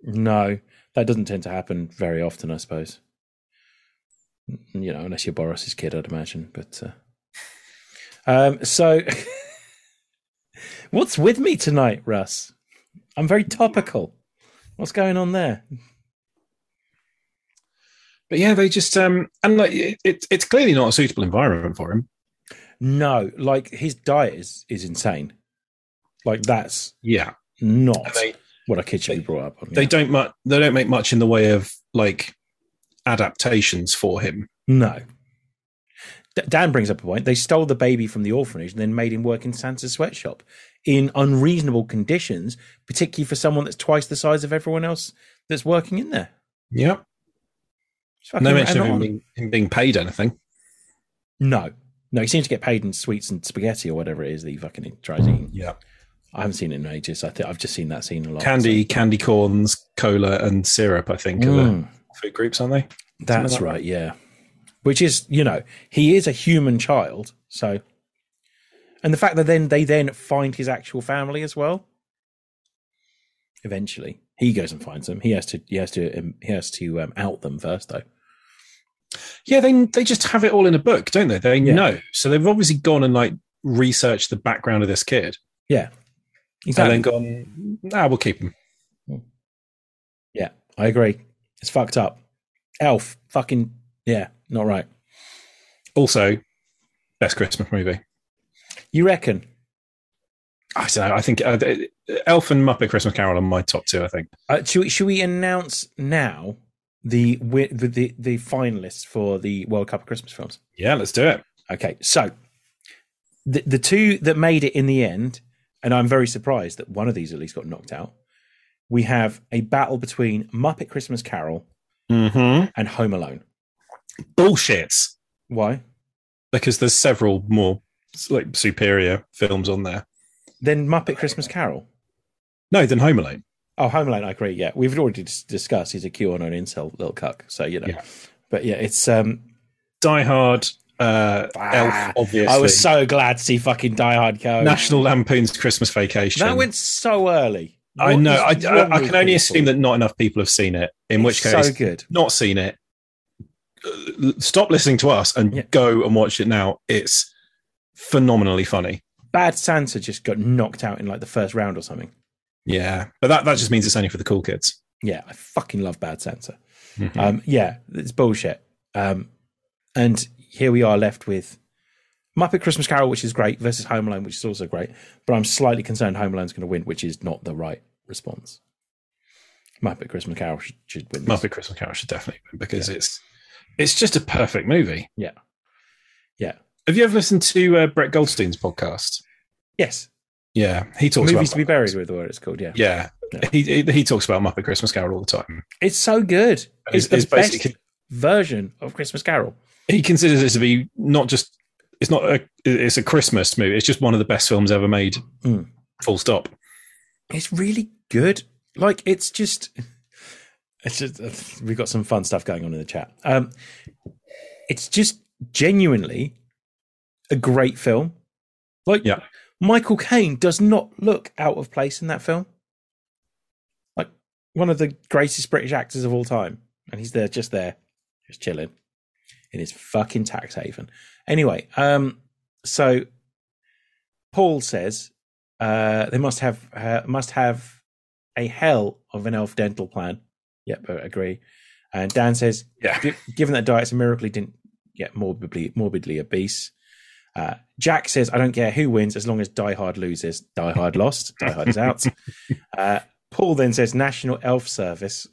No. That doesn't tend to happen very often, I suppose. N- You know, unless you're Boris's kid, I'd imagine. But uh, um, so, what's with me tonight, Russ? I'm very topical. What's going on there?
But yeah, they just um and like it, it, it's clearly not a suitable environment for him.
No, like his diet is is insane. Like that's
Yeah,
not
And they
what a kid should be brought up on.
they
yeah.
don't much they don't make much in the way of like adaptations for him.
No. D- Dan brings up a point. They stole the baby from the orphanage and then made him work in Santa's sweatshop in unreasonable conditions, particularly for someone that's twice the size of everyone else that's working in there.
Yeah,
It's fucking
no mention of him
anon-
being, him being paid anything.
No. No, he seems to get paid in sweets and spaghetti or whatever it is that he fucking tries eating.
Yeah,
I haven't seen it in ages. I think I've just seen that scene a lot.
candy, candy corns, cola, and syrup. I
so-
think are the
Mm,
food groups, aren't they?
that's
Something like
right. Yeah. Which is, you know, he is a human child. So, and the fact that then they then find his actual family as well. Eventually, he goes and finds them. He has to. He has to. Um, he has to um, out them first, though.
Yeah, they they just have it all in a book, don't they? They
Yeah.
know. So they've obviously gone and like researched the background of this kid
Yeah,
and then gone, ah, we'll keep him.
Yeah, I agree. It's fucked up. Elf, fucking yeah, not right.
Also, best Christmas movie.
You reckon?
I don't know. I think uh, Elf and Muppet Christmas Carol are my top two, I think.
Uh, should, we, should we announce now the, wi- the the the finalists for the World Cup of Christmas films?
Yeah, let's do it.
Okay, so the the two that made it in the end, and I'm very surprised that one of these at least got knocked out. We have a battle between Muppet Christmas Carol
Mm-hmm.
and Home Alone.
Bullshit.
Why?
Because there's several more like superior films on there.
Then Muppet Christmas Carol.
No, than Home Alone.
Oh, Home Alone, I agree. Yeah, we've already dis- discussed he's a QAnon incel little cuck. So you know,
Yeah.
but yeah, it's um.
Die Hard, uh,
Ah,
Elf, obviously.
I was so glad to see fucking Die Hard go.
National Lampoon's Christmas Vacation.
that went so early.
I
What
know. I,
is wrong
I, I
with
can only
people?
assume that not enough people have seen it. In
It's
which case,
so good.
not seen it. uh, Stop listening to us and
Yeah.
go and watch it now. It's phenomenally funny.
Bad Santa just got knocked out in like the first round or something.
Yeah, but that, that just means it's only for the cool kids.
Yeah, I fucking love Bad Santa.
Mhm.
Um, yeah, it's bullshit. Um, and here we are left with Muppet Christmas Carol, which is great, versus Home Alone, which is also great. But I'm slightly concerned Home Alone's going to win, which is not the right response. Muppet Christmas Carol should, should win. this.
Muppet Christmas Carol should definitely win because it's it's just a perfect movie.
Yeah. Yeah.
Have you ever listened to uh, Brett Goldstein's podcast?
Yes,
Yeah, he talks
movies
about
to be buried with, or whatever it's called. Yeah,
Yeah,
Yeah.
He, he he talks about Muppet Christmas Carol all the time.
it's so good.
And it's-
It's, the
it's
best
basically-
version of Christmas Carol.
He considers it to be not just it's not a it's a Christmas movie. It's just one of the best films ever made.
Mm.
Full stop.
It's really good. Like it's just, it's just uh, we've got some fun stuff going on in the chat. Um, it's just genuinely a great film. Like
Yeah.
Michael Caine does not look out of place in that film. Like one of the greatest British actors of all time, and he's there, just there, just chilling in his fucking tax haven. Anyway, um, so Paul says uh, they must have uh, must have a hell of an elf dental plan. Yep, I agree. And Dan says,
Yeah.
"Gi- given that diet's a miracle, he didn't get morbidly morbidly obese. Uh, Jack says, I don't care who wins as long as Die Hard loses. Die Hard lost. Die Hard is out. uh, Paul then says, National Elf Service.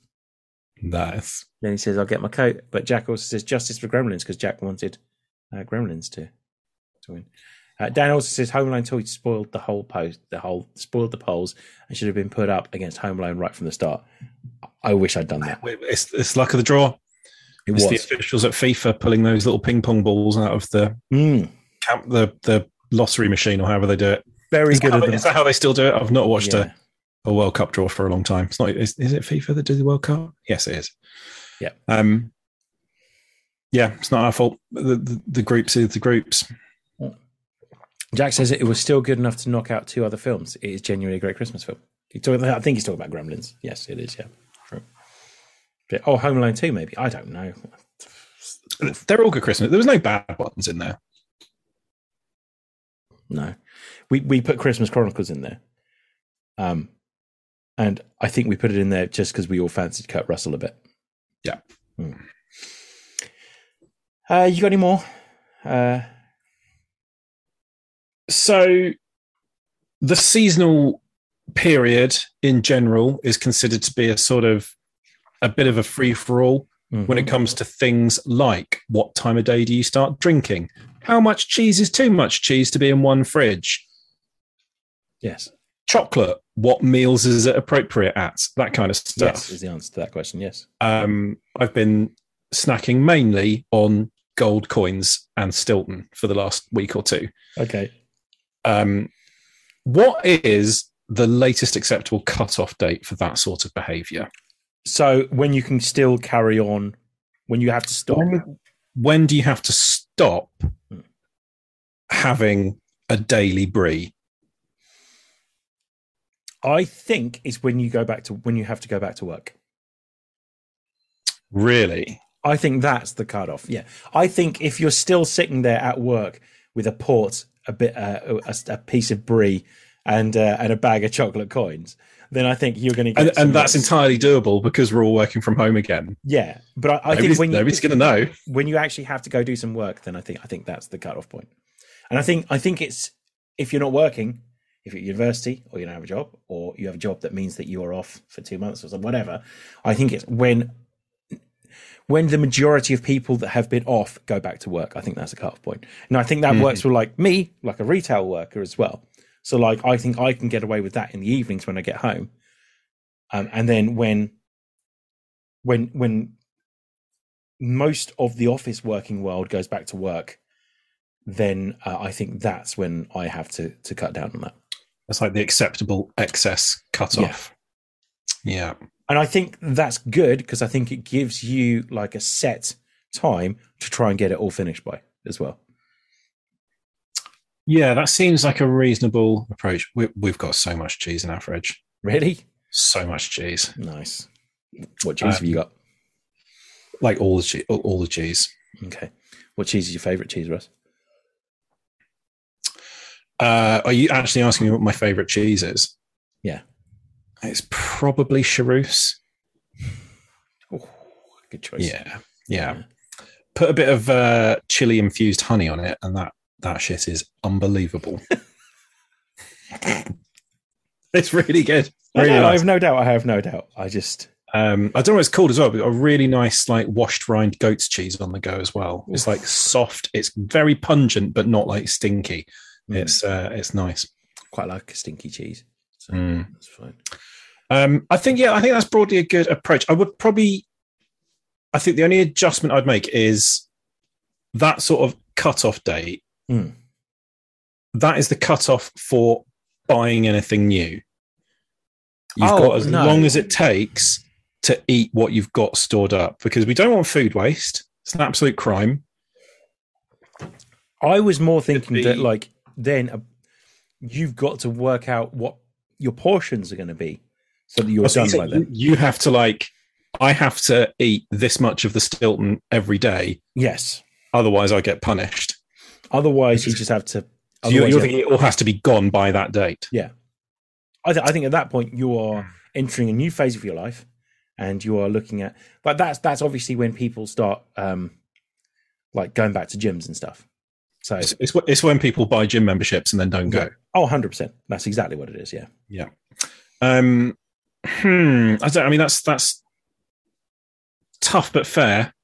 Nice.
Then he says, I'll get my coat. But Jack also says, Justice for Gremlins, because Jack wanted uh, Gremlins to, to win. Uh, Dan also says, Home Alone 2 spoiled the whole post, the whole, spoiled the polls, and should have been put up against Home Alone right from the start. I wish I'd done that.
It's it's luck of the draw.
It
It's the
was.
officials at FIFA pulling those little ping pong balls out of the
Mm,
camp the the lottery machine or however they do it.
very
Is that,
good
how,
of
they-
them.
is that how they still do it? I've not watched
Yeah.
a, a World Cup draw for a long time. It's not. Is, is it FIFA that do the World Cup? Yes, it is.
Yeah.
Um. Yeah, it's not our fault. The the, the groups is the groups.
Jack says it was still good enough to knock out two other films. It is genuinely a great Christmas film. He talk, I think he's talking about Gremlins. Yes, it is. Yeah. True. Yeah, Oh, Home Alone 2, maybe. I don't know.
They're all good Christmas. There was no bad ones in there.
No, we we put Christmas Chronicles in there, um, and I think we put it in there just because we all fancied Kurt Russell a bit.
Yeah.
Hmm. Uh, you got any more? Uh,
So, the seasonal period in general is considered to be a sort of a bit of a free for all. when
Mhm.
it comes to things like what time of day do you start drinking? How much cheese is too much cheese to be in one fridge?
yes,
Chocolate, what meals is it appropriate at? That kind of stuff.
yes is the answer to that question. Yes,
Um, I've been snacking mainly on gold coins and Stilton for the last week or two.
okay.
Um, what is the latest acceptable cutoff date for that sort of behavior?
So when you can still carry on, when you have to stop,
When do you have to stop having a daily brie?
I think it's when you go back to when you have to go back to work.
Really?
I think that's the cutoff. Yeah, I think if you're still sitting there at work with a port, a bit, uh, a, a piece of brie, and uh, and a bag of chocolate coins, then I think you're going to get.
And,
some
and that's
rest.
entirely doable because we're all working from home again.
yeah. But I, I think
nobody's
when you,
nobody's going to know.
when you actually have to go do some work, then I think I think that's the cutoff point. And I think I think it's if you're not working, if you're at university or you don't have a job, or you have a job that means that you are off for two months or something, whatever. I think it's when when the majority of people that have been off go back to work. I think that's the cutoff point. And I think that works for like me, like a retail worker as well. So like I think I can get away with that in the evenings when I get home. Um, and then when when when most of the office working world goes back to work, then uh, I think that's when I have to to cut down on that.
That's like the acceptable excess cutoff. Yeah.
And I think that's good because I think it gives you like a set time to try and get it all finished by as well.
Yeah, that seems like a reasonable approach. We, we've got so much cheese in our fridge.
Really
So much cheese.
nice. What cheese have you
Um,
got?
Like all the cheese. All the cheese.
Okay. What cheese is your favorite cheese, Russ?
Uh, are you actually asking me what my favorite cheese is?
Yeah.
It's probably chartreuse.
Oh, good choice.
Yeah, yeah.
Yeah.
Put a bit of uh, chili infused honey on it, and that that shit is unbelievable. it's really good.
I,
Really
know, I
nice.
have no doubt. I have no doubt. I just
Um, I don't know what it's called as well, but a really nice like washed rind goat's cheese on the go as well. It's
Oof.
like soft. It's very pungent, but not like stinky.
Mm.
It's uh, it's nice.
quite like a stinky cheese. So
Mm.
that's fine.
Um, I think yeah, I think that's broadly a good approach. I would probably, I think the only adjustment I'd make is that sort of cutoff date.
Hmm.
That is the cutoff for buying anything new. You've
Oh,
got as
no.
long as it takes to eat what you've got stored up because we don't want food waste. It's an absolute crime.
I was more thinking
be-
that like then uh, you've got to work out what your portions are going to be so that you're
So
done
you-
by then.
you have to like, I have to eat this much of the Stilton every day,
Yes.
otherise I get punished.
Otherwise, you just have to.
So you're, you're
otherwise you have-
thinking it all has to be gone by that date.
I, th- I think at that point you are entering a new phase of your life, and you are looking at. But that's that's obviously when people start um, like going back to gyms and stuff. So
It's, it's, wh- it's when people buy gym memberships and then don't go.
oh, 100 percent. That's exactly what it is. Yeah.
Um, hmm. I don't. I mean, that's that's tough but fair.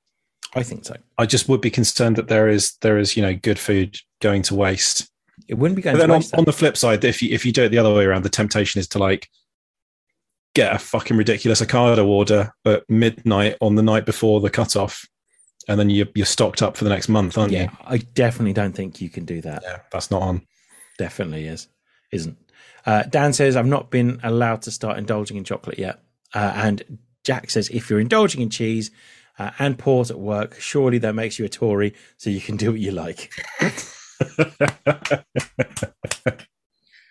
I think so.
I just would be concerned that there is there is you know good food going to waste.
It wouldn't be
But
going
then
to
on,
waste.
on
that.
the flip side, if you if you do it the other way around, the temptation is to like get a fucking ridiculous Ocado order at midnight on the night before the cutoff, and then you're you're stocked up for the next month, aren't
yeah,
you?
I definitely don't think you can do that.
Yeah, that's not on.
Definitely is. Isn't. Uh, Dan says, I've not been allowed to start indulging in chocolate yet. Uh, and Jack says, if you're indulging in cheese uh, and port at work, surely that makes you a Tory so you can do what you like.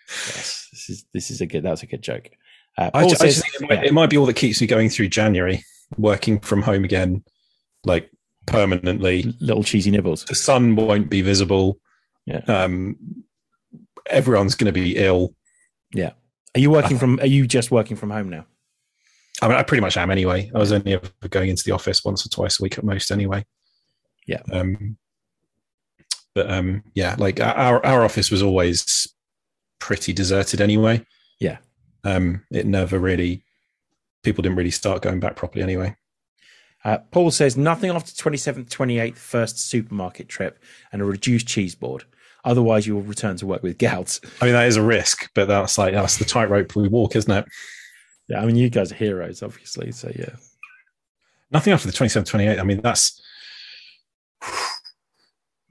yes, this is, this is a good, that's a good joke. Uh,
I
Paul
ju- I
says-
just think it might,
yeah.
it might be all that keeps me going through January, working from home again, like permanently.
little cheesy nibbles.
The sun won't be visible.
Yeah.
Um, everyone's going to be ill.
Are you working from, are you just working from home now?
I mean, I pretty much am anyway. I was only ever going into the office once or twice a week at most, anyway.
Yeah.
Um, but um, yeah, like our our office was always pretty deserted anyway.
Yeah.
Um, it never really people didn't really start going back properly anyway.
Uh, Paul says nothing after 27th, 28th, first supermarket trip and a reduced cheese board. Otherwise, you will return to work with gout.
I mean, that is a risk, but that's like that's the tightrope we walk, isn't it?
Yeah, I mean, you guys are heroes, obviously. So, yeah.
Nothing after the 27th, 28th. I mean, that's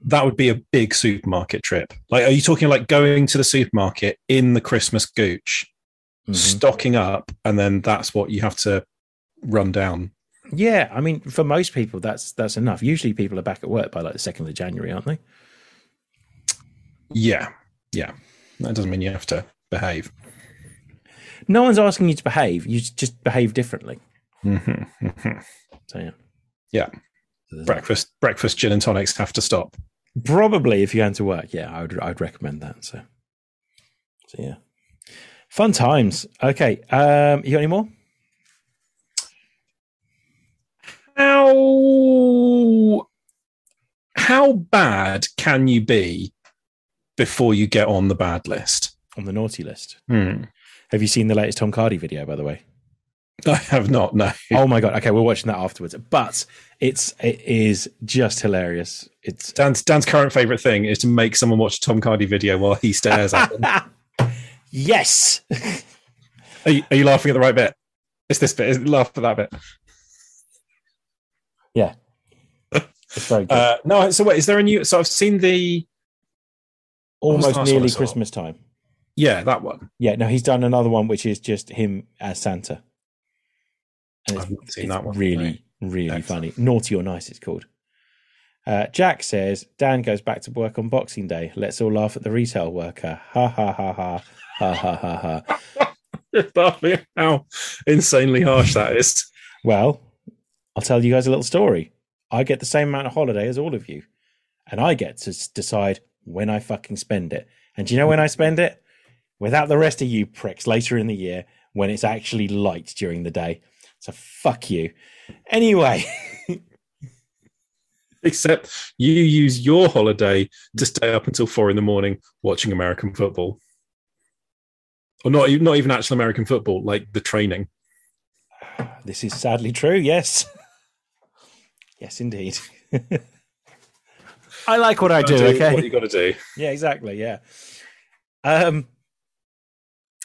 that would be a big supermarket trip. Like, are you talking like going to the supermarket in the Christmas gooch,
Mm-hmm.
stocking up, and then that's what you have to run down?
Yeah, I mean, for most people, that's that's enough. Usually, people are back at work by like the second of January, aren't they?
Yeah, Yeah, that doesn't mean you have to behave.
No one's asking you to behave. You just behave differently.
Mhm.
So yeah.
Yeah.
So there's that.
Breakfast, breakfast gin and tonics have to stop.
Probably if you're going to work, yeah, I would I'd recommend that. So, so yeah, fun times. Okay, um, you got any more?
How how bad can you be before you get on the bad list?
on the naughty list.
Hmm.
Have you seen the latest Tom Cardi video, by the way?
I have not. No.
Oh my god! Okay, we're watching that afterwards, but it's it is just hilarious. It's
Dan's, Dan's current favorite thing is to make someone watch a Tom Cardi video while he stares at them.
yes,
Are you, are you laughing at the right bit? It's this bit. Is it laugh at that bit?
it's very good.
Uh, no. So wait, is there a new? So I've seen the
Almost
last one I
nearly
saw?
Christmas time.
yeah that one.
Yeah, no, he's done another one which is just him as Santa. And
I've not seen that one.
Really, really
Excellent.
funny. Naughty or nice, it's called. Uh, Jack says Dan goes back to work on Boxing Day. Let's all laugh at the retail worker. Ha ha ha ha ha ha ha ha.
Just laughing at how insanely harsh that is.
Well, I'll tell you guys a little story. I get the same amount of holiday as all of you, and I get to s- decide when I fucking spend it. And do you know when I spend it? Without the rest of you pricks later in the year when it's actually light during the day. So fuck you. Anyway,
Except you use your holiday to stay up until four in the morning watching American football, or not even not even actual American football, like the training.
this is sadly true. Yes. Yes, indeed. I like what I do, okay?
what you got to do.
Yeah, exactly. Yeah. Um,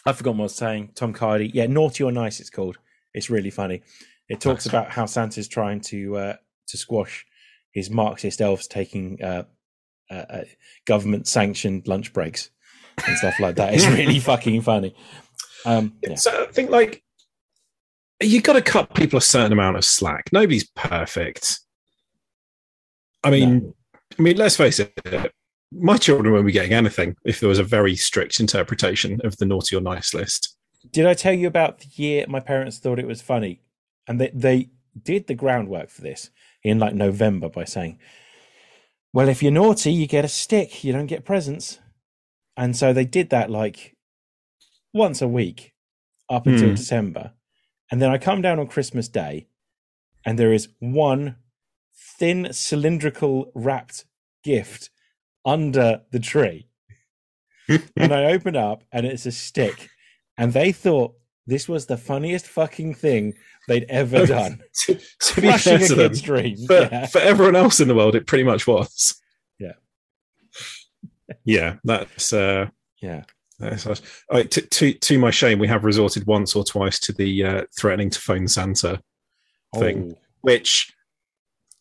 I've forgotten what I was saying. Tom Cardi. Yeah, naughty or nice. It's called. It's really funny. It talks about how Santa's trying to uh, to squash his Marxist elves taking uh, uh, uh, government sanctioned lunch breaks and stuff like that. It's really fucking funny. Um, yeah.
So I think like you got to cut people a certain amount of slack. Nobody's perfect. I mean, I mean, let's face it. My children won't be getting anything if there was a very strict interpretation of the naughty or nice list.
Did I tell you about the year my parents thought it was funny? And they, they did the groundwork for this in like November by saying, well, if you're naughty, you get a stick, you don't get presents. And so they did that like once a week up until
Hmm.
December. And then I come down on Christmas Day and there is one thin cylindrical wrapped gift under the tree. and I open up and it's a stick. And they thought this was the funniest fucking thing they'd ever done.
to, to be fair
Crushing a
to them,
kid's dream.
for,
Yeah.
for everyone else in the world, it pretty much was.
Yeah.
yeah, that's uh,
yeah.
That's nice. Uh, to, to to my shame, we have resorted once or twice to the uh, threatening to phone Santa, Thing.
Oh,
which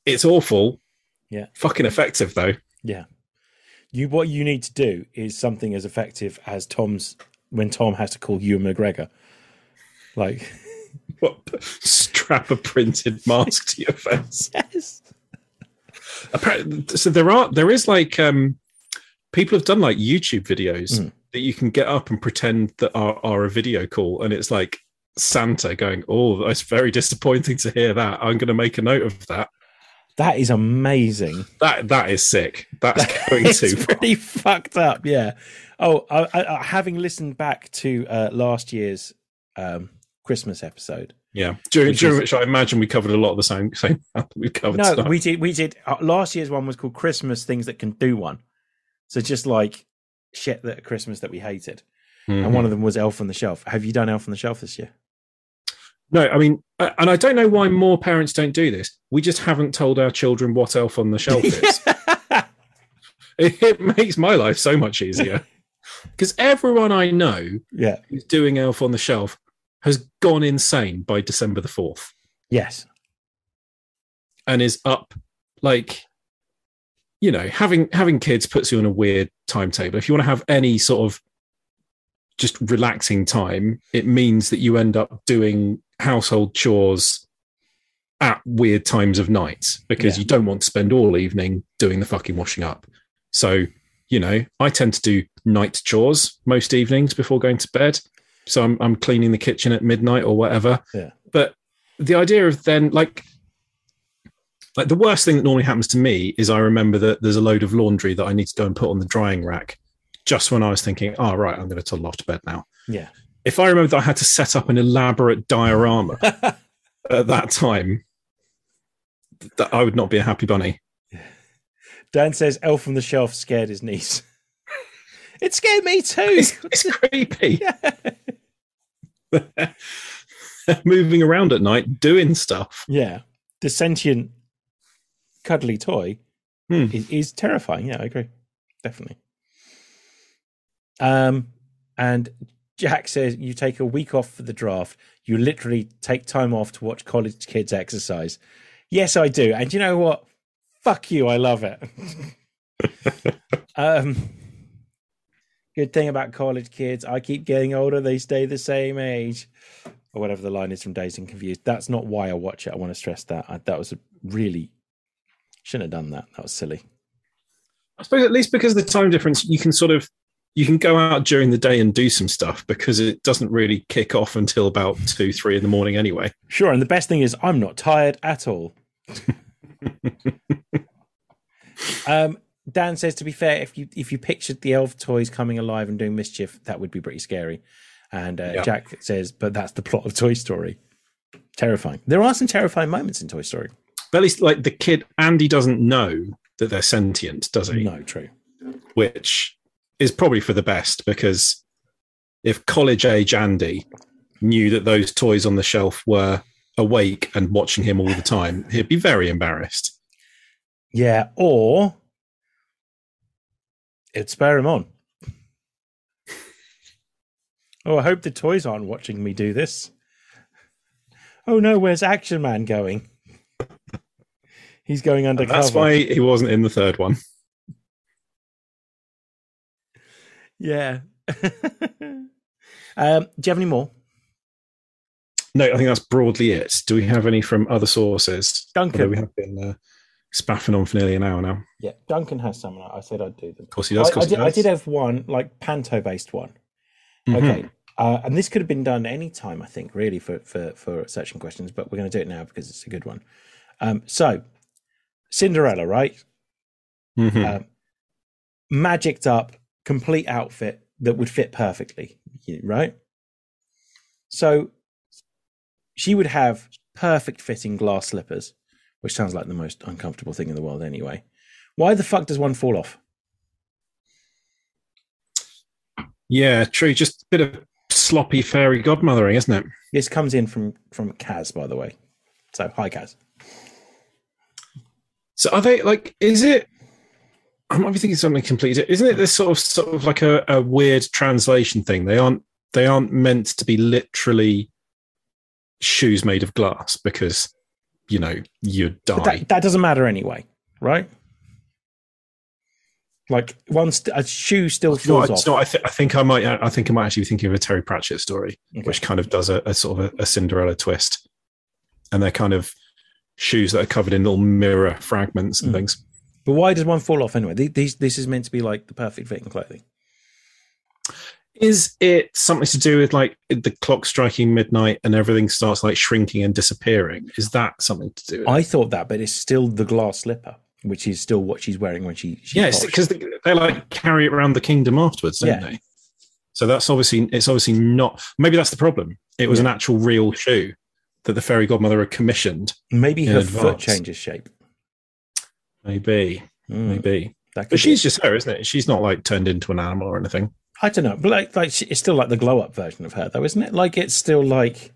it's awful.
Yeah.
fucking effective though.
you what you need to do is something as effective as Tom's when Tom has to call you McGregor. Like
What strap a printed mask to your face?
yes.
Apparently, so there are there is like um, people have done like YouTube videos
Mm.
that you can get up and pretend that are are a video call, and it's like Santa going, "Oh, it's very disappointing to hear that. I'm going to make a note of that.
That is amazing.
That that is sick. That's going too
it's
far."
pretty fucked up, yeah. Oh, I, I, I, having listened back to uh, last year's um, Christmas episode,
Yeah, during,
Which
during
is-
which I imagine we covered a lot of the same same ground that we've covered.
no,
tonight.
we did. We did. Uh, last year's one was called Christmas things that can do one. So just like shit that at Christmas that we hated,
Mhm.
and one of them was Elf on the Shelf. Have you done Elf on the Shelf this year?
no, I mean, uh, and I don't know why more parents don't do this. We just haven't told our children what Elf on the Shelf is. it, it makes my life so much easier because everyone I know
yeah.
who's doing Elf on the Shelf has gone insane by December the fourth
Yes.
and is up like. You know, having having kids puts you on a weird timetable. If you want to have any sort of just relaxing time, it means that you end up doing household chores at weird times of night because
Yeah.
you don't want to spend all evening doing the fucking washing up. So you know, I tend to do night chores most evenings before going to bed. So I'm, I'm cleaning the kitchen at midnight or whatever.
Yeah.
But the idea of then like, like the worst thing that normally happens to me is I remember that there's a load of laundry that I need to go and put on the drying rack just when I was thinking, oh, right, I'm going to toddle off to bed now.
Yeah.
If I remember that I had to set up an elaborate diorama at that time, th- that I would not be a happy bunny.
Dan says Elf from the Shelf scared his niece. it scared me too.
It's, it's creepy.
yeah.
Moving around at night, doing stuff.
yeah. The sentient cuddly toy
Hmm.
is, is terrifying. Yeah, I agree. Definitely. Um and Jack says you take a week off for the draft. You literally take time off to watch college kids exercise. Yes, I do. And you know what? Fuck you, I love it. um good thing about college kids, I keep getting older, they stay the same age. or whatever the line is from Days and Confused. That's not why I watch it. I want to stress that. I, that was a really shouldn't have done that. That was silly.
I suppose at least because of the time difference, you can sort of you can go out during the day and do some stuff because it doesn't really kick off until about two, three in the morning anyway.
Sure, and the best thing is I'm not tired at all. um, Dan says to be fair, if you if you pictured the elf toys coming alive and doing mischief, that would be pretty scary. And uh,
Yeah.
Jack says, but that's the plot of Toy Story. Terrifying. There are some terrifying moments in Toy Story.
But at least like the kid Andy doesn't know that they're sentient, does he?
No, true.
Which is probably for the best because if college age Andy knew that those toys on the shelf were awake and watching him all the time, he'd be very embarrassed.
Yeah, or it'd spur him on. Oh, I hope the toys aren't watching me do this. Oh no, where's Action Man going? He's going undercover.
That's why he wasn't in the third one.
Yeah. um, do you have any more?
No, I think that's broadly it. Do we have any from other sources?
Duncan.
Although we have been uh, spaffing on for nearly an hour now. Of
Yeah, Duncan has some. and I I said I'd do them.
course he does.
I, I,
course he
did, I
does.
did have one, like panto based one.
Mhm.
Okay. Uh, and this could have been done any time, I think, really, for, for, for searching questions, but we're going to do it now because it's a good one. Um, so, Cinderella, right?
Mhm.
Um, magicked up, complete outfit that would fit perfectly, you- right? So, she would have perfect fitting glass slippers, which sounds like the most uncomfortable thing in the world anyway. Why the fuck does one fall off?
Yeah, true. Just a bit of sloppy fairy godmothering, isn't it?
This comes in from from Kaz, by the way. So, hi, Kaz.
So are they like? Is it? I might be thinking something completely. Isn't it this sort of sort of like a, a weird translation thing? They aren't they aren't meant to be literally shoes made of glass because you know you'd die.
But that, that doesn't matter anyway, right? Like one, st- a shoe still
You know what,
falls
it's
off.
not- I, thi- I think I might. I think I might actually be thinking of a Terry Pratchett story,
Okay.
which kind of does a, a sort of a, a Cinderella twist, and they're kind of shoes that are covered in little mirror fragments and
Mm.
things.
But why does one fall off anyway? Th- These, this is meant to be like the perfect fitting clothing.
Is it something to do with like the clock striking midnight and everything starts like shrinking and disappearing? Is that something to do? with it?
I thought that, but it's still the glass slipper, which is still what she's wearing when she. she
Yes,
posh.
because they, they like carry it around the kingdom afterwards, don't
Yeah.
they? So that's obviously it's obviously not. Maybe that's the problem. It was
Yeah.
an actual real shoe that the fairy godmother had commissioned.
maybe
in
her foot
advance.
changes shape.
Maybe,
Mm,
maybe.
that could
Hmm. But
be-
she's just her, isn't it? She's not like turned into an animal or anything.
I don't know, but like, like she, it's still like the glow up version of her, though, isn't it? Like it's still like,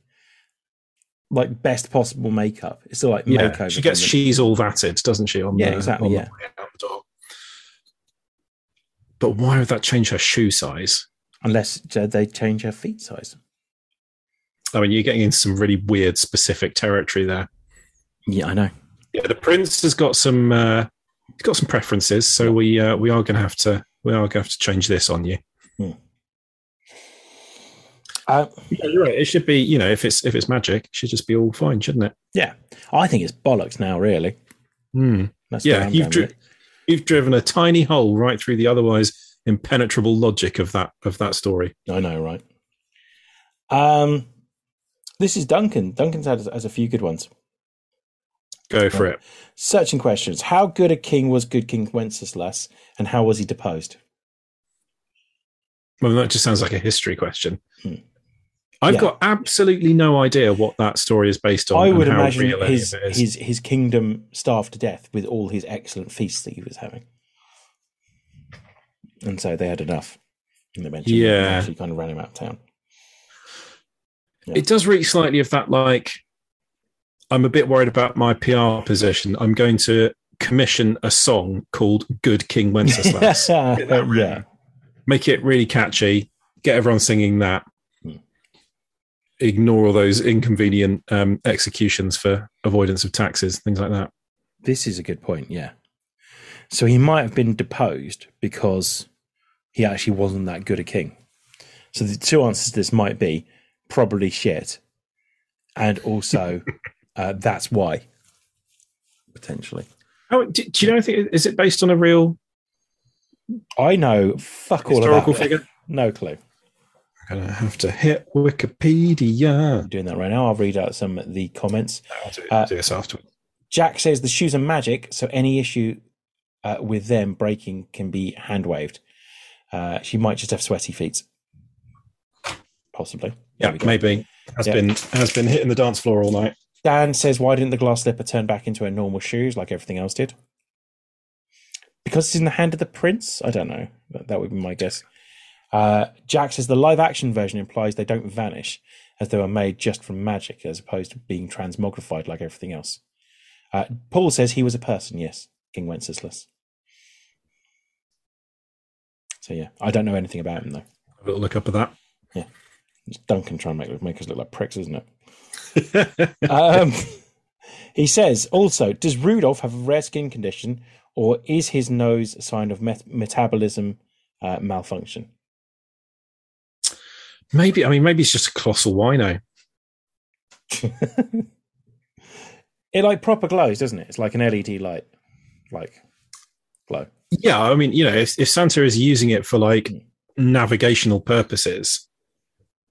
like best possible makeup. It's still like makeover.
she gets
from the-
she's all vatted, doesn't she? On
Yeah,
the,
exactly,
on
yeah.
the way out the door. But why would that change her shoe size?
unless uh, they change her feet size.
I mean, you're getting into some really weird, specific territory there.
Yeah, I know.
Yeah, the prince has got some uh, he's got some preferences, so we uh, we are going to have to we are going to have to change this on you.
Uh,
Yeah, you're right. It should be you know if it's if it's magic, it should just be all fine, shouldn't it?
yeah, I think it's bollocks now. Really,
Hmm.
that's where
Yeah,
I'm
you've
going
drew,
with it.
You've driven a tiny hole right through the otherwise impenetrable logic of that of that story.
I know, right? Um, this is Duncan. Duncan's had has a few good ones.
Go for it.
Searching questions: How good a king was good King Wenceslas, and how was he deposed?
Well, that just sounds like a history question.
Hmm.
I've
Yeah.
got absolutely no idea what that story is based on.
I would
and how
imagine
real any
his
of it is.
his his kingdom starved to death with all his excellent feasts that he was having, and so they had enough. And they mentioned that they
Yeah.
actually kind of ran him out of town.
it does reach slightly of that like i'm a bit worried about my pr position i'm going to commission a song called good king wenceslas
yeah,
make it really catchy get everyone singing that ignore all those inconvenient um, executions for avoidance of taxes things like that
This is a good point, yeah. So he might have been deposed because he actually wasn't that good a king. So the two answers to this might be probably shit, and also uh, that's why, potentially.
oh, do, do you know anything is it based on a real
I know fuck all
historical
about it.
figure
No clue.
i'm gonna have to hit wikipedia Ah,
I'm doing that right now. I'll read out some of the comments.
i'll do,
Uh,
do this afterwards
Jack says the shoes are magic, so any issue uh, with them breaking can be hand waved. Uh, she might just have sweaty feet, possibly. There
yeah
we go.
maybe has
Yeah.
been has been hitting the dance floor all night
Dan says, "Why didn't the glass slipper turn back into her normal shoes like everything else did?" Because it's in the hand of the prince. I don't know. That, that would be my guess. Uh, Jack says the live-action version implies they don't vanish, as they were made just from magic, as opposed to being transmogrified like everything else. Uh, Paul says he was a person. Yes, King Wenceslas. So yeah, I don't know anything about him though.
Have a little look up at that.
It's Duncan trying to make, make us look like pricks, isn't it? um, he says also, does Rudolph have a rare skin condition, or is his nose a sign of met- metabolism uh, malfunction?
maybe I mean maybe it's just a colossal wino.
it like proper glows, doesn't it? It's like an LED light, like glow.
Yeah, I mean you know if, if Santa is using it for like
Mm.
navigational purposes,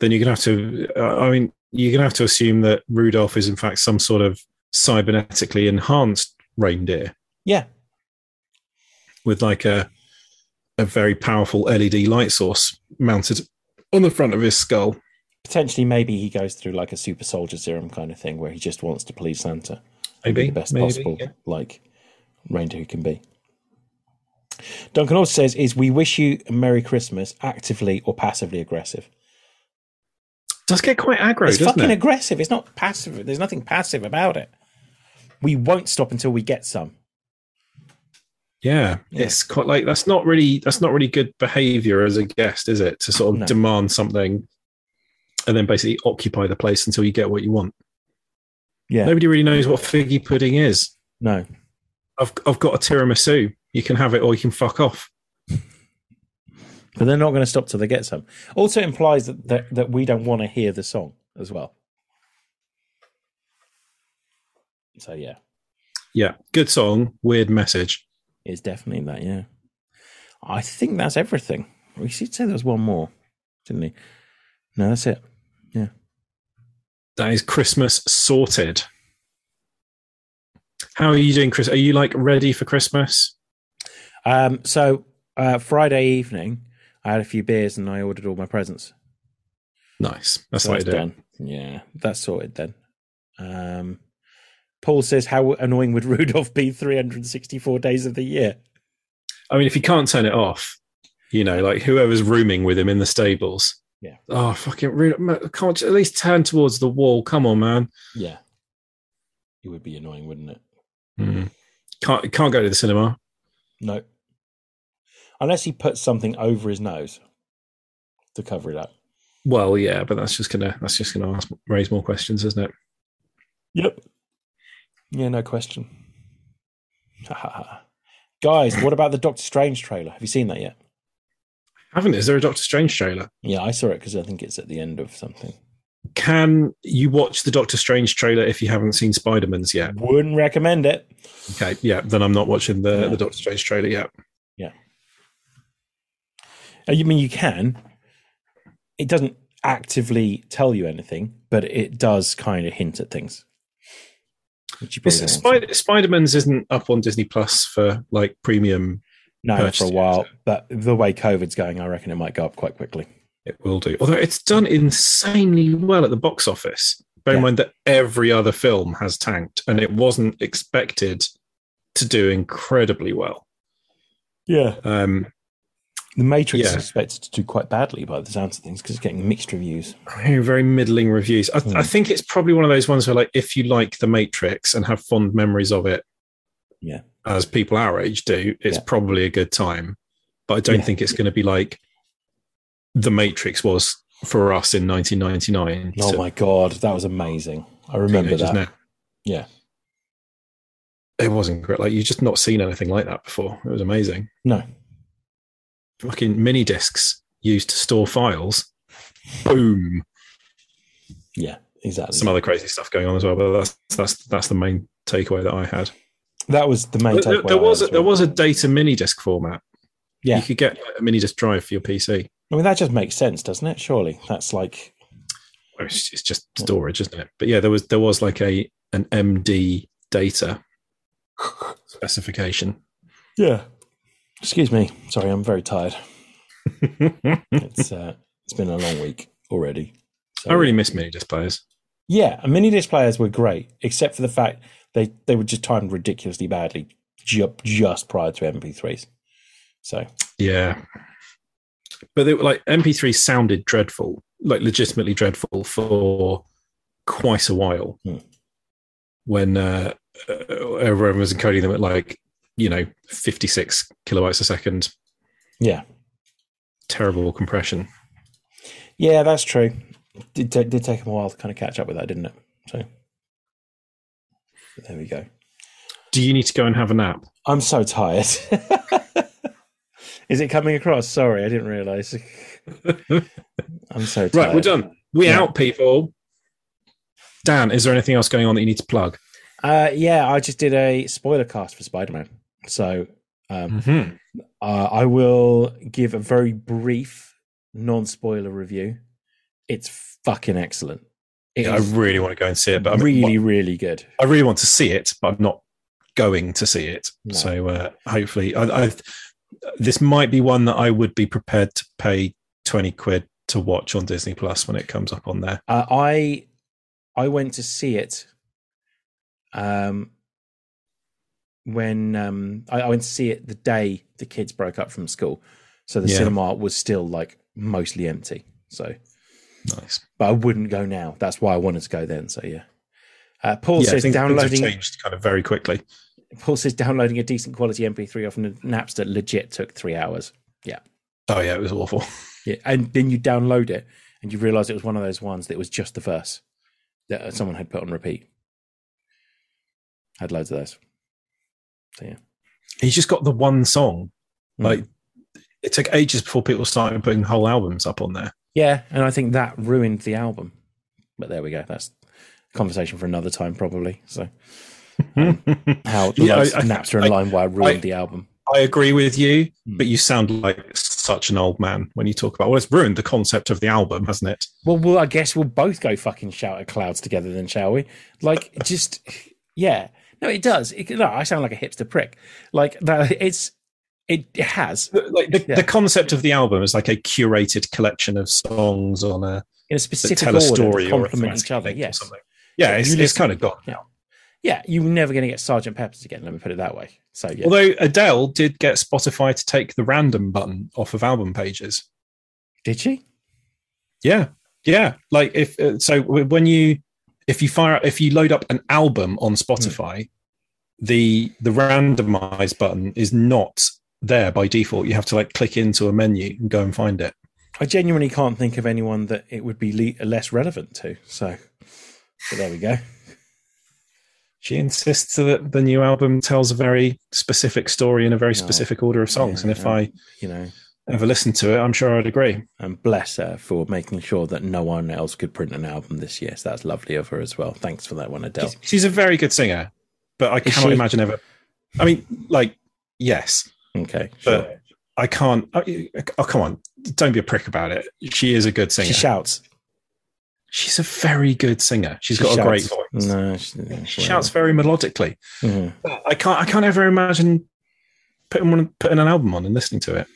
then you're gonna have to. Uh, I mean you're gonna have to assume that Rudolph is in fact some sort of cybernetically enhanced reindeer
Yeah,
with like a a very powerful LED light source mounted on the front of his skull.
potentially, maybe he goes through like a super soldier serum kind of thing, where he just wants to please Santa. and
Maybe
be the best
maybe,
possible
yeah.
like reindeer who can be. Duncan also says, "Is we wish you a Merry Christmas, actively or passively aggressive."
Does get quite aggro,
it's
doesn't
fucking
it?
aggressive. It's not passive. There's nothing passive about it. We won't stop until we get some.
Yeah,
Yeah.
it's quite like that's not really that's not really good behavior as a guest, is it? To sort of
No.
demand something and then basically occupy the place until you get what you want.
Yeah.
Nobody really knows what figgy pudding is.
No.
I've I've got a tiramisu. You can have it or you can fuck off.
But they're not going to stop till they get some. Also implies that that, that we don't want to hear the song as well. So yeah.
Yeah, good song, weird message.
is definitely that, yeah. I think that's everything. We should say there was one more, didn't we? No, that's it.
That is Christmas sorted. How are you doing, Chris? Are you like ready for Christmas?
Um, so uh, Friday evening, I had a few beers and I ordered all my presents.
Nice. That's
So
what I
that's
do.
done. Yeah, that's sorted then. Um, Paul says, "How annoying would Rudolph be 364 days of the year?"
I mean, if you can't turn it off, you know, like whoever's rooming with him in the stables.
Yeah.
Oh, fucking really? ma- Can't you at least turn towards the wall? Come on, man.
Yeah, it would be annoying, wouldn't it?
Can't can't go to the cinema.
No, unless he puts something over his nose to cover it up.
Well, yeah, but that's just gonna that's just gonna ask, raise more questions, isn't it?
Yep. Yeah, no question. Ha, ha, ha. Guys, what about the Doctor Strange trailer? Have you seen that yet?
Haven't? Is there a Doctor Strange trailer?
Yeah, I saw it because I think it's at the end of something.
can you watch the Doctor Strange trailer if you haven't seen Spider Man's yet?
Wouldn't recommend it.
Okay, yeah, then I'm not watching the,
Yeah.
the Doctor Strange trailer yet.
Uh, You mean you can? It doesn't actively tell you anything, but it does kind of hint at things. Which you probably
Is
don't want
Spider
to.
Spider Man's isn't up on Disney Plus for like premium.
No, not for a
purchased it,
while, but the way COVID's going, I reckon it might go up quite quickly.
It will do. Although it's done insanely well at the box office. Bear in
Yeah.
mind that every other film has tanked, and it wasn't expected to do incredibly well.
Yeah,
Um,
The Matrix
Yeah.
is expected to do quite badly by the sounds of things because it's getting mixed reviews.
I hear very middling reviews. I,
Hmm.
I think it's probably one of those ones where, like, if you like The Matrix and have fond memories of it,
Yeah.
as people our age do, it's
Yeah.
probably a good time. But I don't
Yeah.
think it's going to be like The Matrix was for us in 1999.
oh
to
my god, that was amazing! I remember
teenagers
that.
now.
Yeah.
it wasn't great. Like, you've just not seen anything like that before. It was amazing.
No,
Fucking mini discs used to store files. Boom.
yeah, exactly.
Some other crazy stuff going on as well, but that's that's that's the main takeaway that I had.
that was the main
there,
takeaway.
there
I
was a,
had as
there
well.
was a data mini disc format.
Yeah.
you could get a mini disc drive for your PC.
I mean, that just makes sense, doesn't it? Surely that's like
Well, It's, it's just storage, isn't it? But yeah, there was there was like a an MD data specification.
yeah. Excuse me, sorry, I'm very tired. It's uh, it's been a long week already. So,
I Oh, really miss mini disc players.
yeah. and Mini disc players were great, except for the fact they they were just timed ridiculously badly ju- just prior to MP3s. So
Yeah, but they were like MP3 sounded dreadful, like legitimately dreadful for quite a while
Hmm.
when uh, uh, everyone was encoding them at like you know 56 kilobytes a second
yeah.
terrible compression.
Yeah, that's true. Did ta- did take him a while to kind of catch up with that, didn't it? So there we go.
Do you need to go and have a nap?
I'm so tired. Is it coming across? Sorry, I didn't realise. I'm so tired.
Right, we're done. We
Yeah.
out, people. Uh, Dan, is there anything else going on that you need to plug?
Uh, yeah, I just did a spoiler cast for Spider Man, so
Hmm.
um, uh, I will give a very brief, non spoiler review. It's fucking excellent. It
Yeah, I
is
really want to go and see it, but I'm,
really, really good.
I really want to see it, but I'm not going to see it.
No.
So uh, hopefully, I, I, this might be one that I would be prepared to pay twenty quid to watch on Disney Plus when it comes up on there.
Uh, I I went to see it um when um I, I went to see it the day the kids broke up from school. So the
Yeah.
cinema was still like mostly empty. So
Nice.
but I wouldn't go now. That's why I wanted to go then. So yeah. Uh, Paul
Yeah, I
says
think things have
downloading
changed kind of very quickly.
Paul says downloading a decent quality MP3 off N- Napster legit took three hours.
Oh yeah, it was awful.
Yeah. And then you download it and you realise it was one of those ones that was just the verse that uh, someone had put on repeat. Had loads of those.
He just got the one song.
Mm.
Like it took ages before people started putting whole albums up on there.
Yeah, and I think that ruined the album. But there we go. That's a conversation for another time, probably. So how the
Yeah,
likes
I-
of Napster and LimeWire ruined
I-
the album.
I agree with you,
Hmm.
but you sound like such an old man when you talk about. Well, it's ruined the concept of the album, hasn't it?
Well, well, I guess we'll both go fucking shout at clouds together, then, shall we? Like, just yeah. No, it does. It, no, I sound like a hipster prick. Like that. It's it, it has
The- Like the,
Yeah.
the concept of the album is like a curated collection of songs on a
in
that
a specific
tell
order
a story
to
or a
complement
thematic
each other.
link or
Yes.
something. Yeah,
Yeah,
it's,
you
it's
listen-
kind of gone.
Yeah, you're never going to get Sergeant Pepper's again. Let me put it that way. So yeah.
Although Adele did get Spotify to take the random button off of album pages.
Did she?
Yeah, yeah. Like if uh, so, w- when you if you fire if you load up an album on Spotify, the the randomize button is not there by default. You have to like click into a menu and go and find it.
I genuinely can't think of anyone that it would be le- less relevant to. So, but there we go.
She insists that the new album tells a very specific story in a very
No.
specific order of songs,
Yeah,
and if
yeah.
I
You know,
ever listened to it, I'm sure I'd agree.
And bless her for making sure that no one else could print an album this year. So that's lovely of her as well. Thanks for that one, Adele.
She's, she's a very good singer, but I
Is
cannot
she?
imagine ever. I mean, like, yes,
Okay.
but
Sure.
I can't. I- Oh, come on. Don't be a prick about it. She is a good singer.
She shouts.
She's a very good singer. She's
She
got a
shouts.
great voice.
No, she,
She shouts very melodically.
Mhm.
But I can't. I can't ever imagine putting one, putting an album on and listening to it.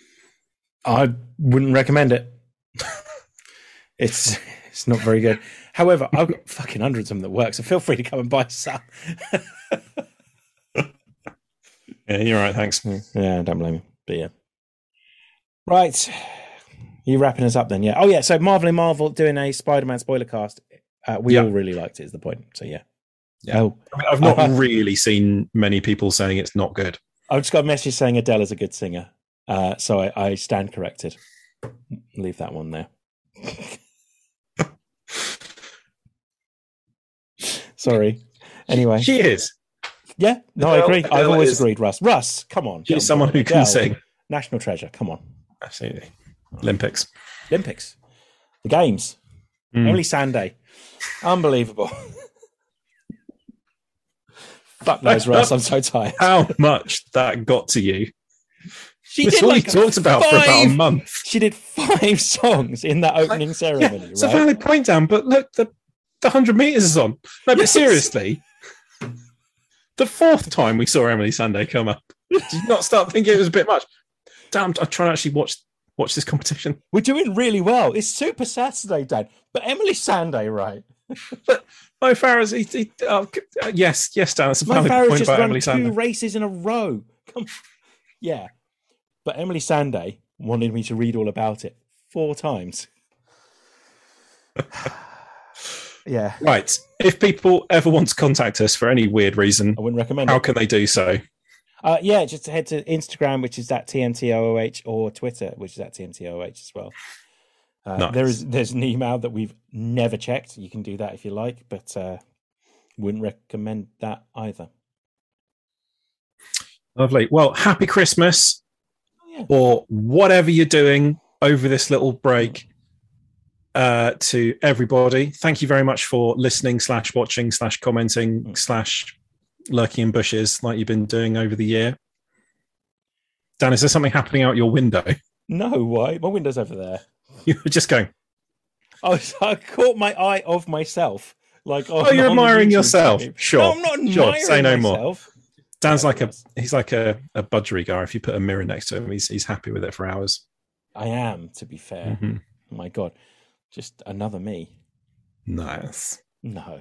I wouldn't recommend it. it's it's not very good. However, I've got fucking hundreds of them that work, so feel free to come and buy some.
Yeah, you're right. Thanks.
Yeah, don't blame me. But yeah. Right. You wrapping us up then, yeah. Oh yeah, so Marvel and Marvel doing a Spider Man spoiler cast. Uh, we
Yeah.
all really liked it is the point. So yeah.
Yeah.
Oh.
I mean, I've not
Uh-huh.
really seen many people saying it's not good.
I've just got a message saying Adele is a good singer. Uh, so I, I stand corrected. Leave that one there. Sorry. Anyway.
She is.
Yeah, no, I
Adele-
agree. I've
Adele
always
is-
agreed, Russ. Russ, come on.
She
Get on
is someone
board.
who can
Adele,
sing.
National treasure, come on.
Absolutely. Olympics.
Olympics. The games.
Mm.
Only Sunday. Unbelievable. Fuck knows, Russ. I'm so tired.
How much that got to you?
She
That's
did
all
like
you talked about for about a
five-
month.
She did five songs in that opening ceremony,
it's a
right?
valid point, Dan. But look, the the hundred meters is on. No, but
Yes.
seriously, the fourth time we saw Emily Sunday come up, did you not start thinking it was a bit much? Damn, I'm trying to actually watch watch this competition.
We're doing really well. It's Super Saturday, Dad. But Emily Sunday, right?
Mo Farah's, he, he, oh, c- uh, yes, yes, Dan, it's a
My
valid
Farrow's
point
just
about
run two
Emily Sunday.
races in a row. Come, yeah. But Emily Sanday wanted me to read all about it four times. yeah,
Right, if people ever want to contact us for any weird reason,
I wouldn't recommend
how
it.
can they do so?
Uh, yeah, just head to Instagram, which is at tmtoh, or Twitter, which is at tmtoh as well. Uh,
Nice.
There is there's an email that we've never checked. You can do that if you like, but uh, wouldn't recommend that either.
Lovely. Well, happy Christmas
Yeah.
or whatever you're doing over this little break uh, to everybody. Thank you very much for listening, slash watching, slash commenting,
Mm.
slash lurking in bushes like you've been doing over the year. Dan, is there something happening out your window?
No, why? My window's over there.
You were just going,
I, was, I caught my eye of myself. Like, on,
Oh, you're
on the
admiring
YouTube
yourself.
stream.
Sure.
No, I'm not admiring
Sure. Say no more.
myself.
Dan's like a he's like a, a budgery guy. If you put a mirror next to him, he's he's happy with it for hours.
I am, to be fair.
Mhm.
my God, just another me.
Nice.
No.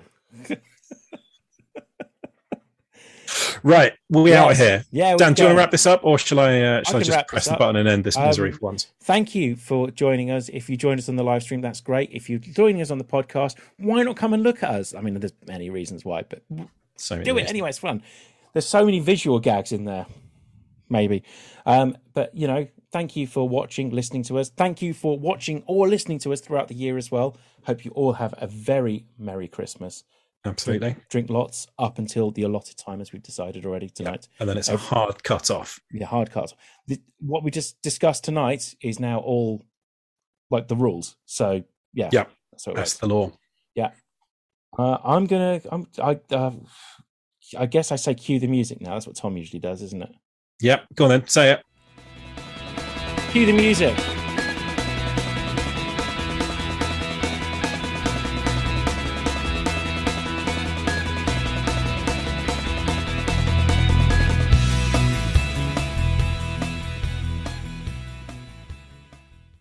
Right, we
Yes.
out of here.
Yeah. we
Dan, do you want
go.
to wrap this up, or shall I? Uh, shall I,
can
just
wrap
press
this
the
up.
button and end this
Um,
misery for once?
Thank you for joining us. If you joined us on the live stream, that's great. If you're joining us on the podcast, why not come and look at us? I mean, there's many reasons why, but
So many
do it
reasons.
anyway. It's fun. There's so many visual gags in there, maybe. Um, but you know, thank you for watching, listening to us. Thank you for watching or listening to us throughout the year as well. Hope you all have a very merry Christmas.
Absolutely.
Drink lots up until the allotted time, as we've decided already tonight.
And then it's a hard cut off.
Yeah, hard cuts. The, what we just discussed tonight is now all like the rules. So yeah,
Yeah.
That's what it
That's
was.
the law.
Uh, I'm gonna. I'm. I. Uh, I guess I say cue the music now. That's what Tom usually does, isn't it?
Yep. Go on then. Say it.
Cue the music.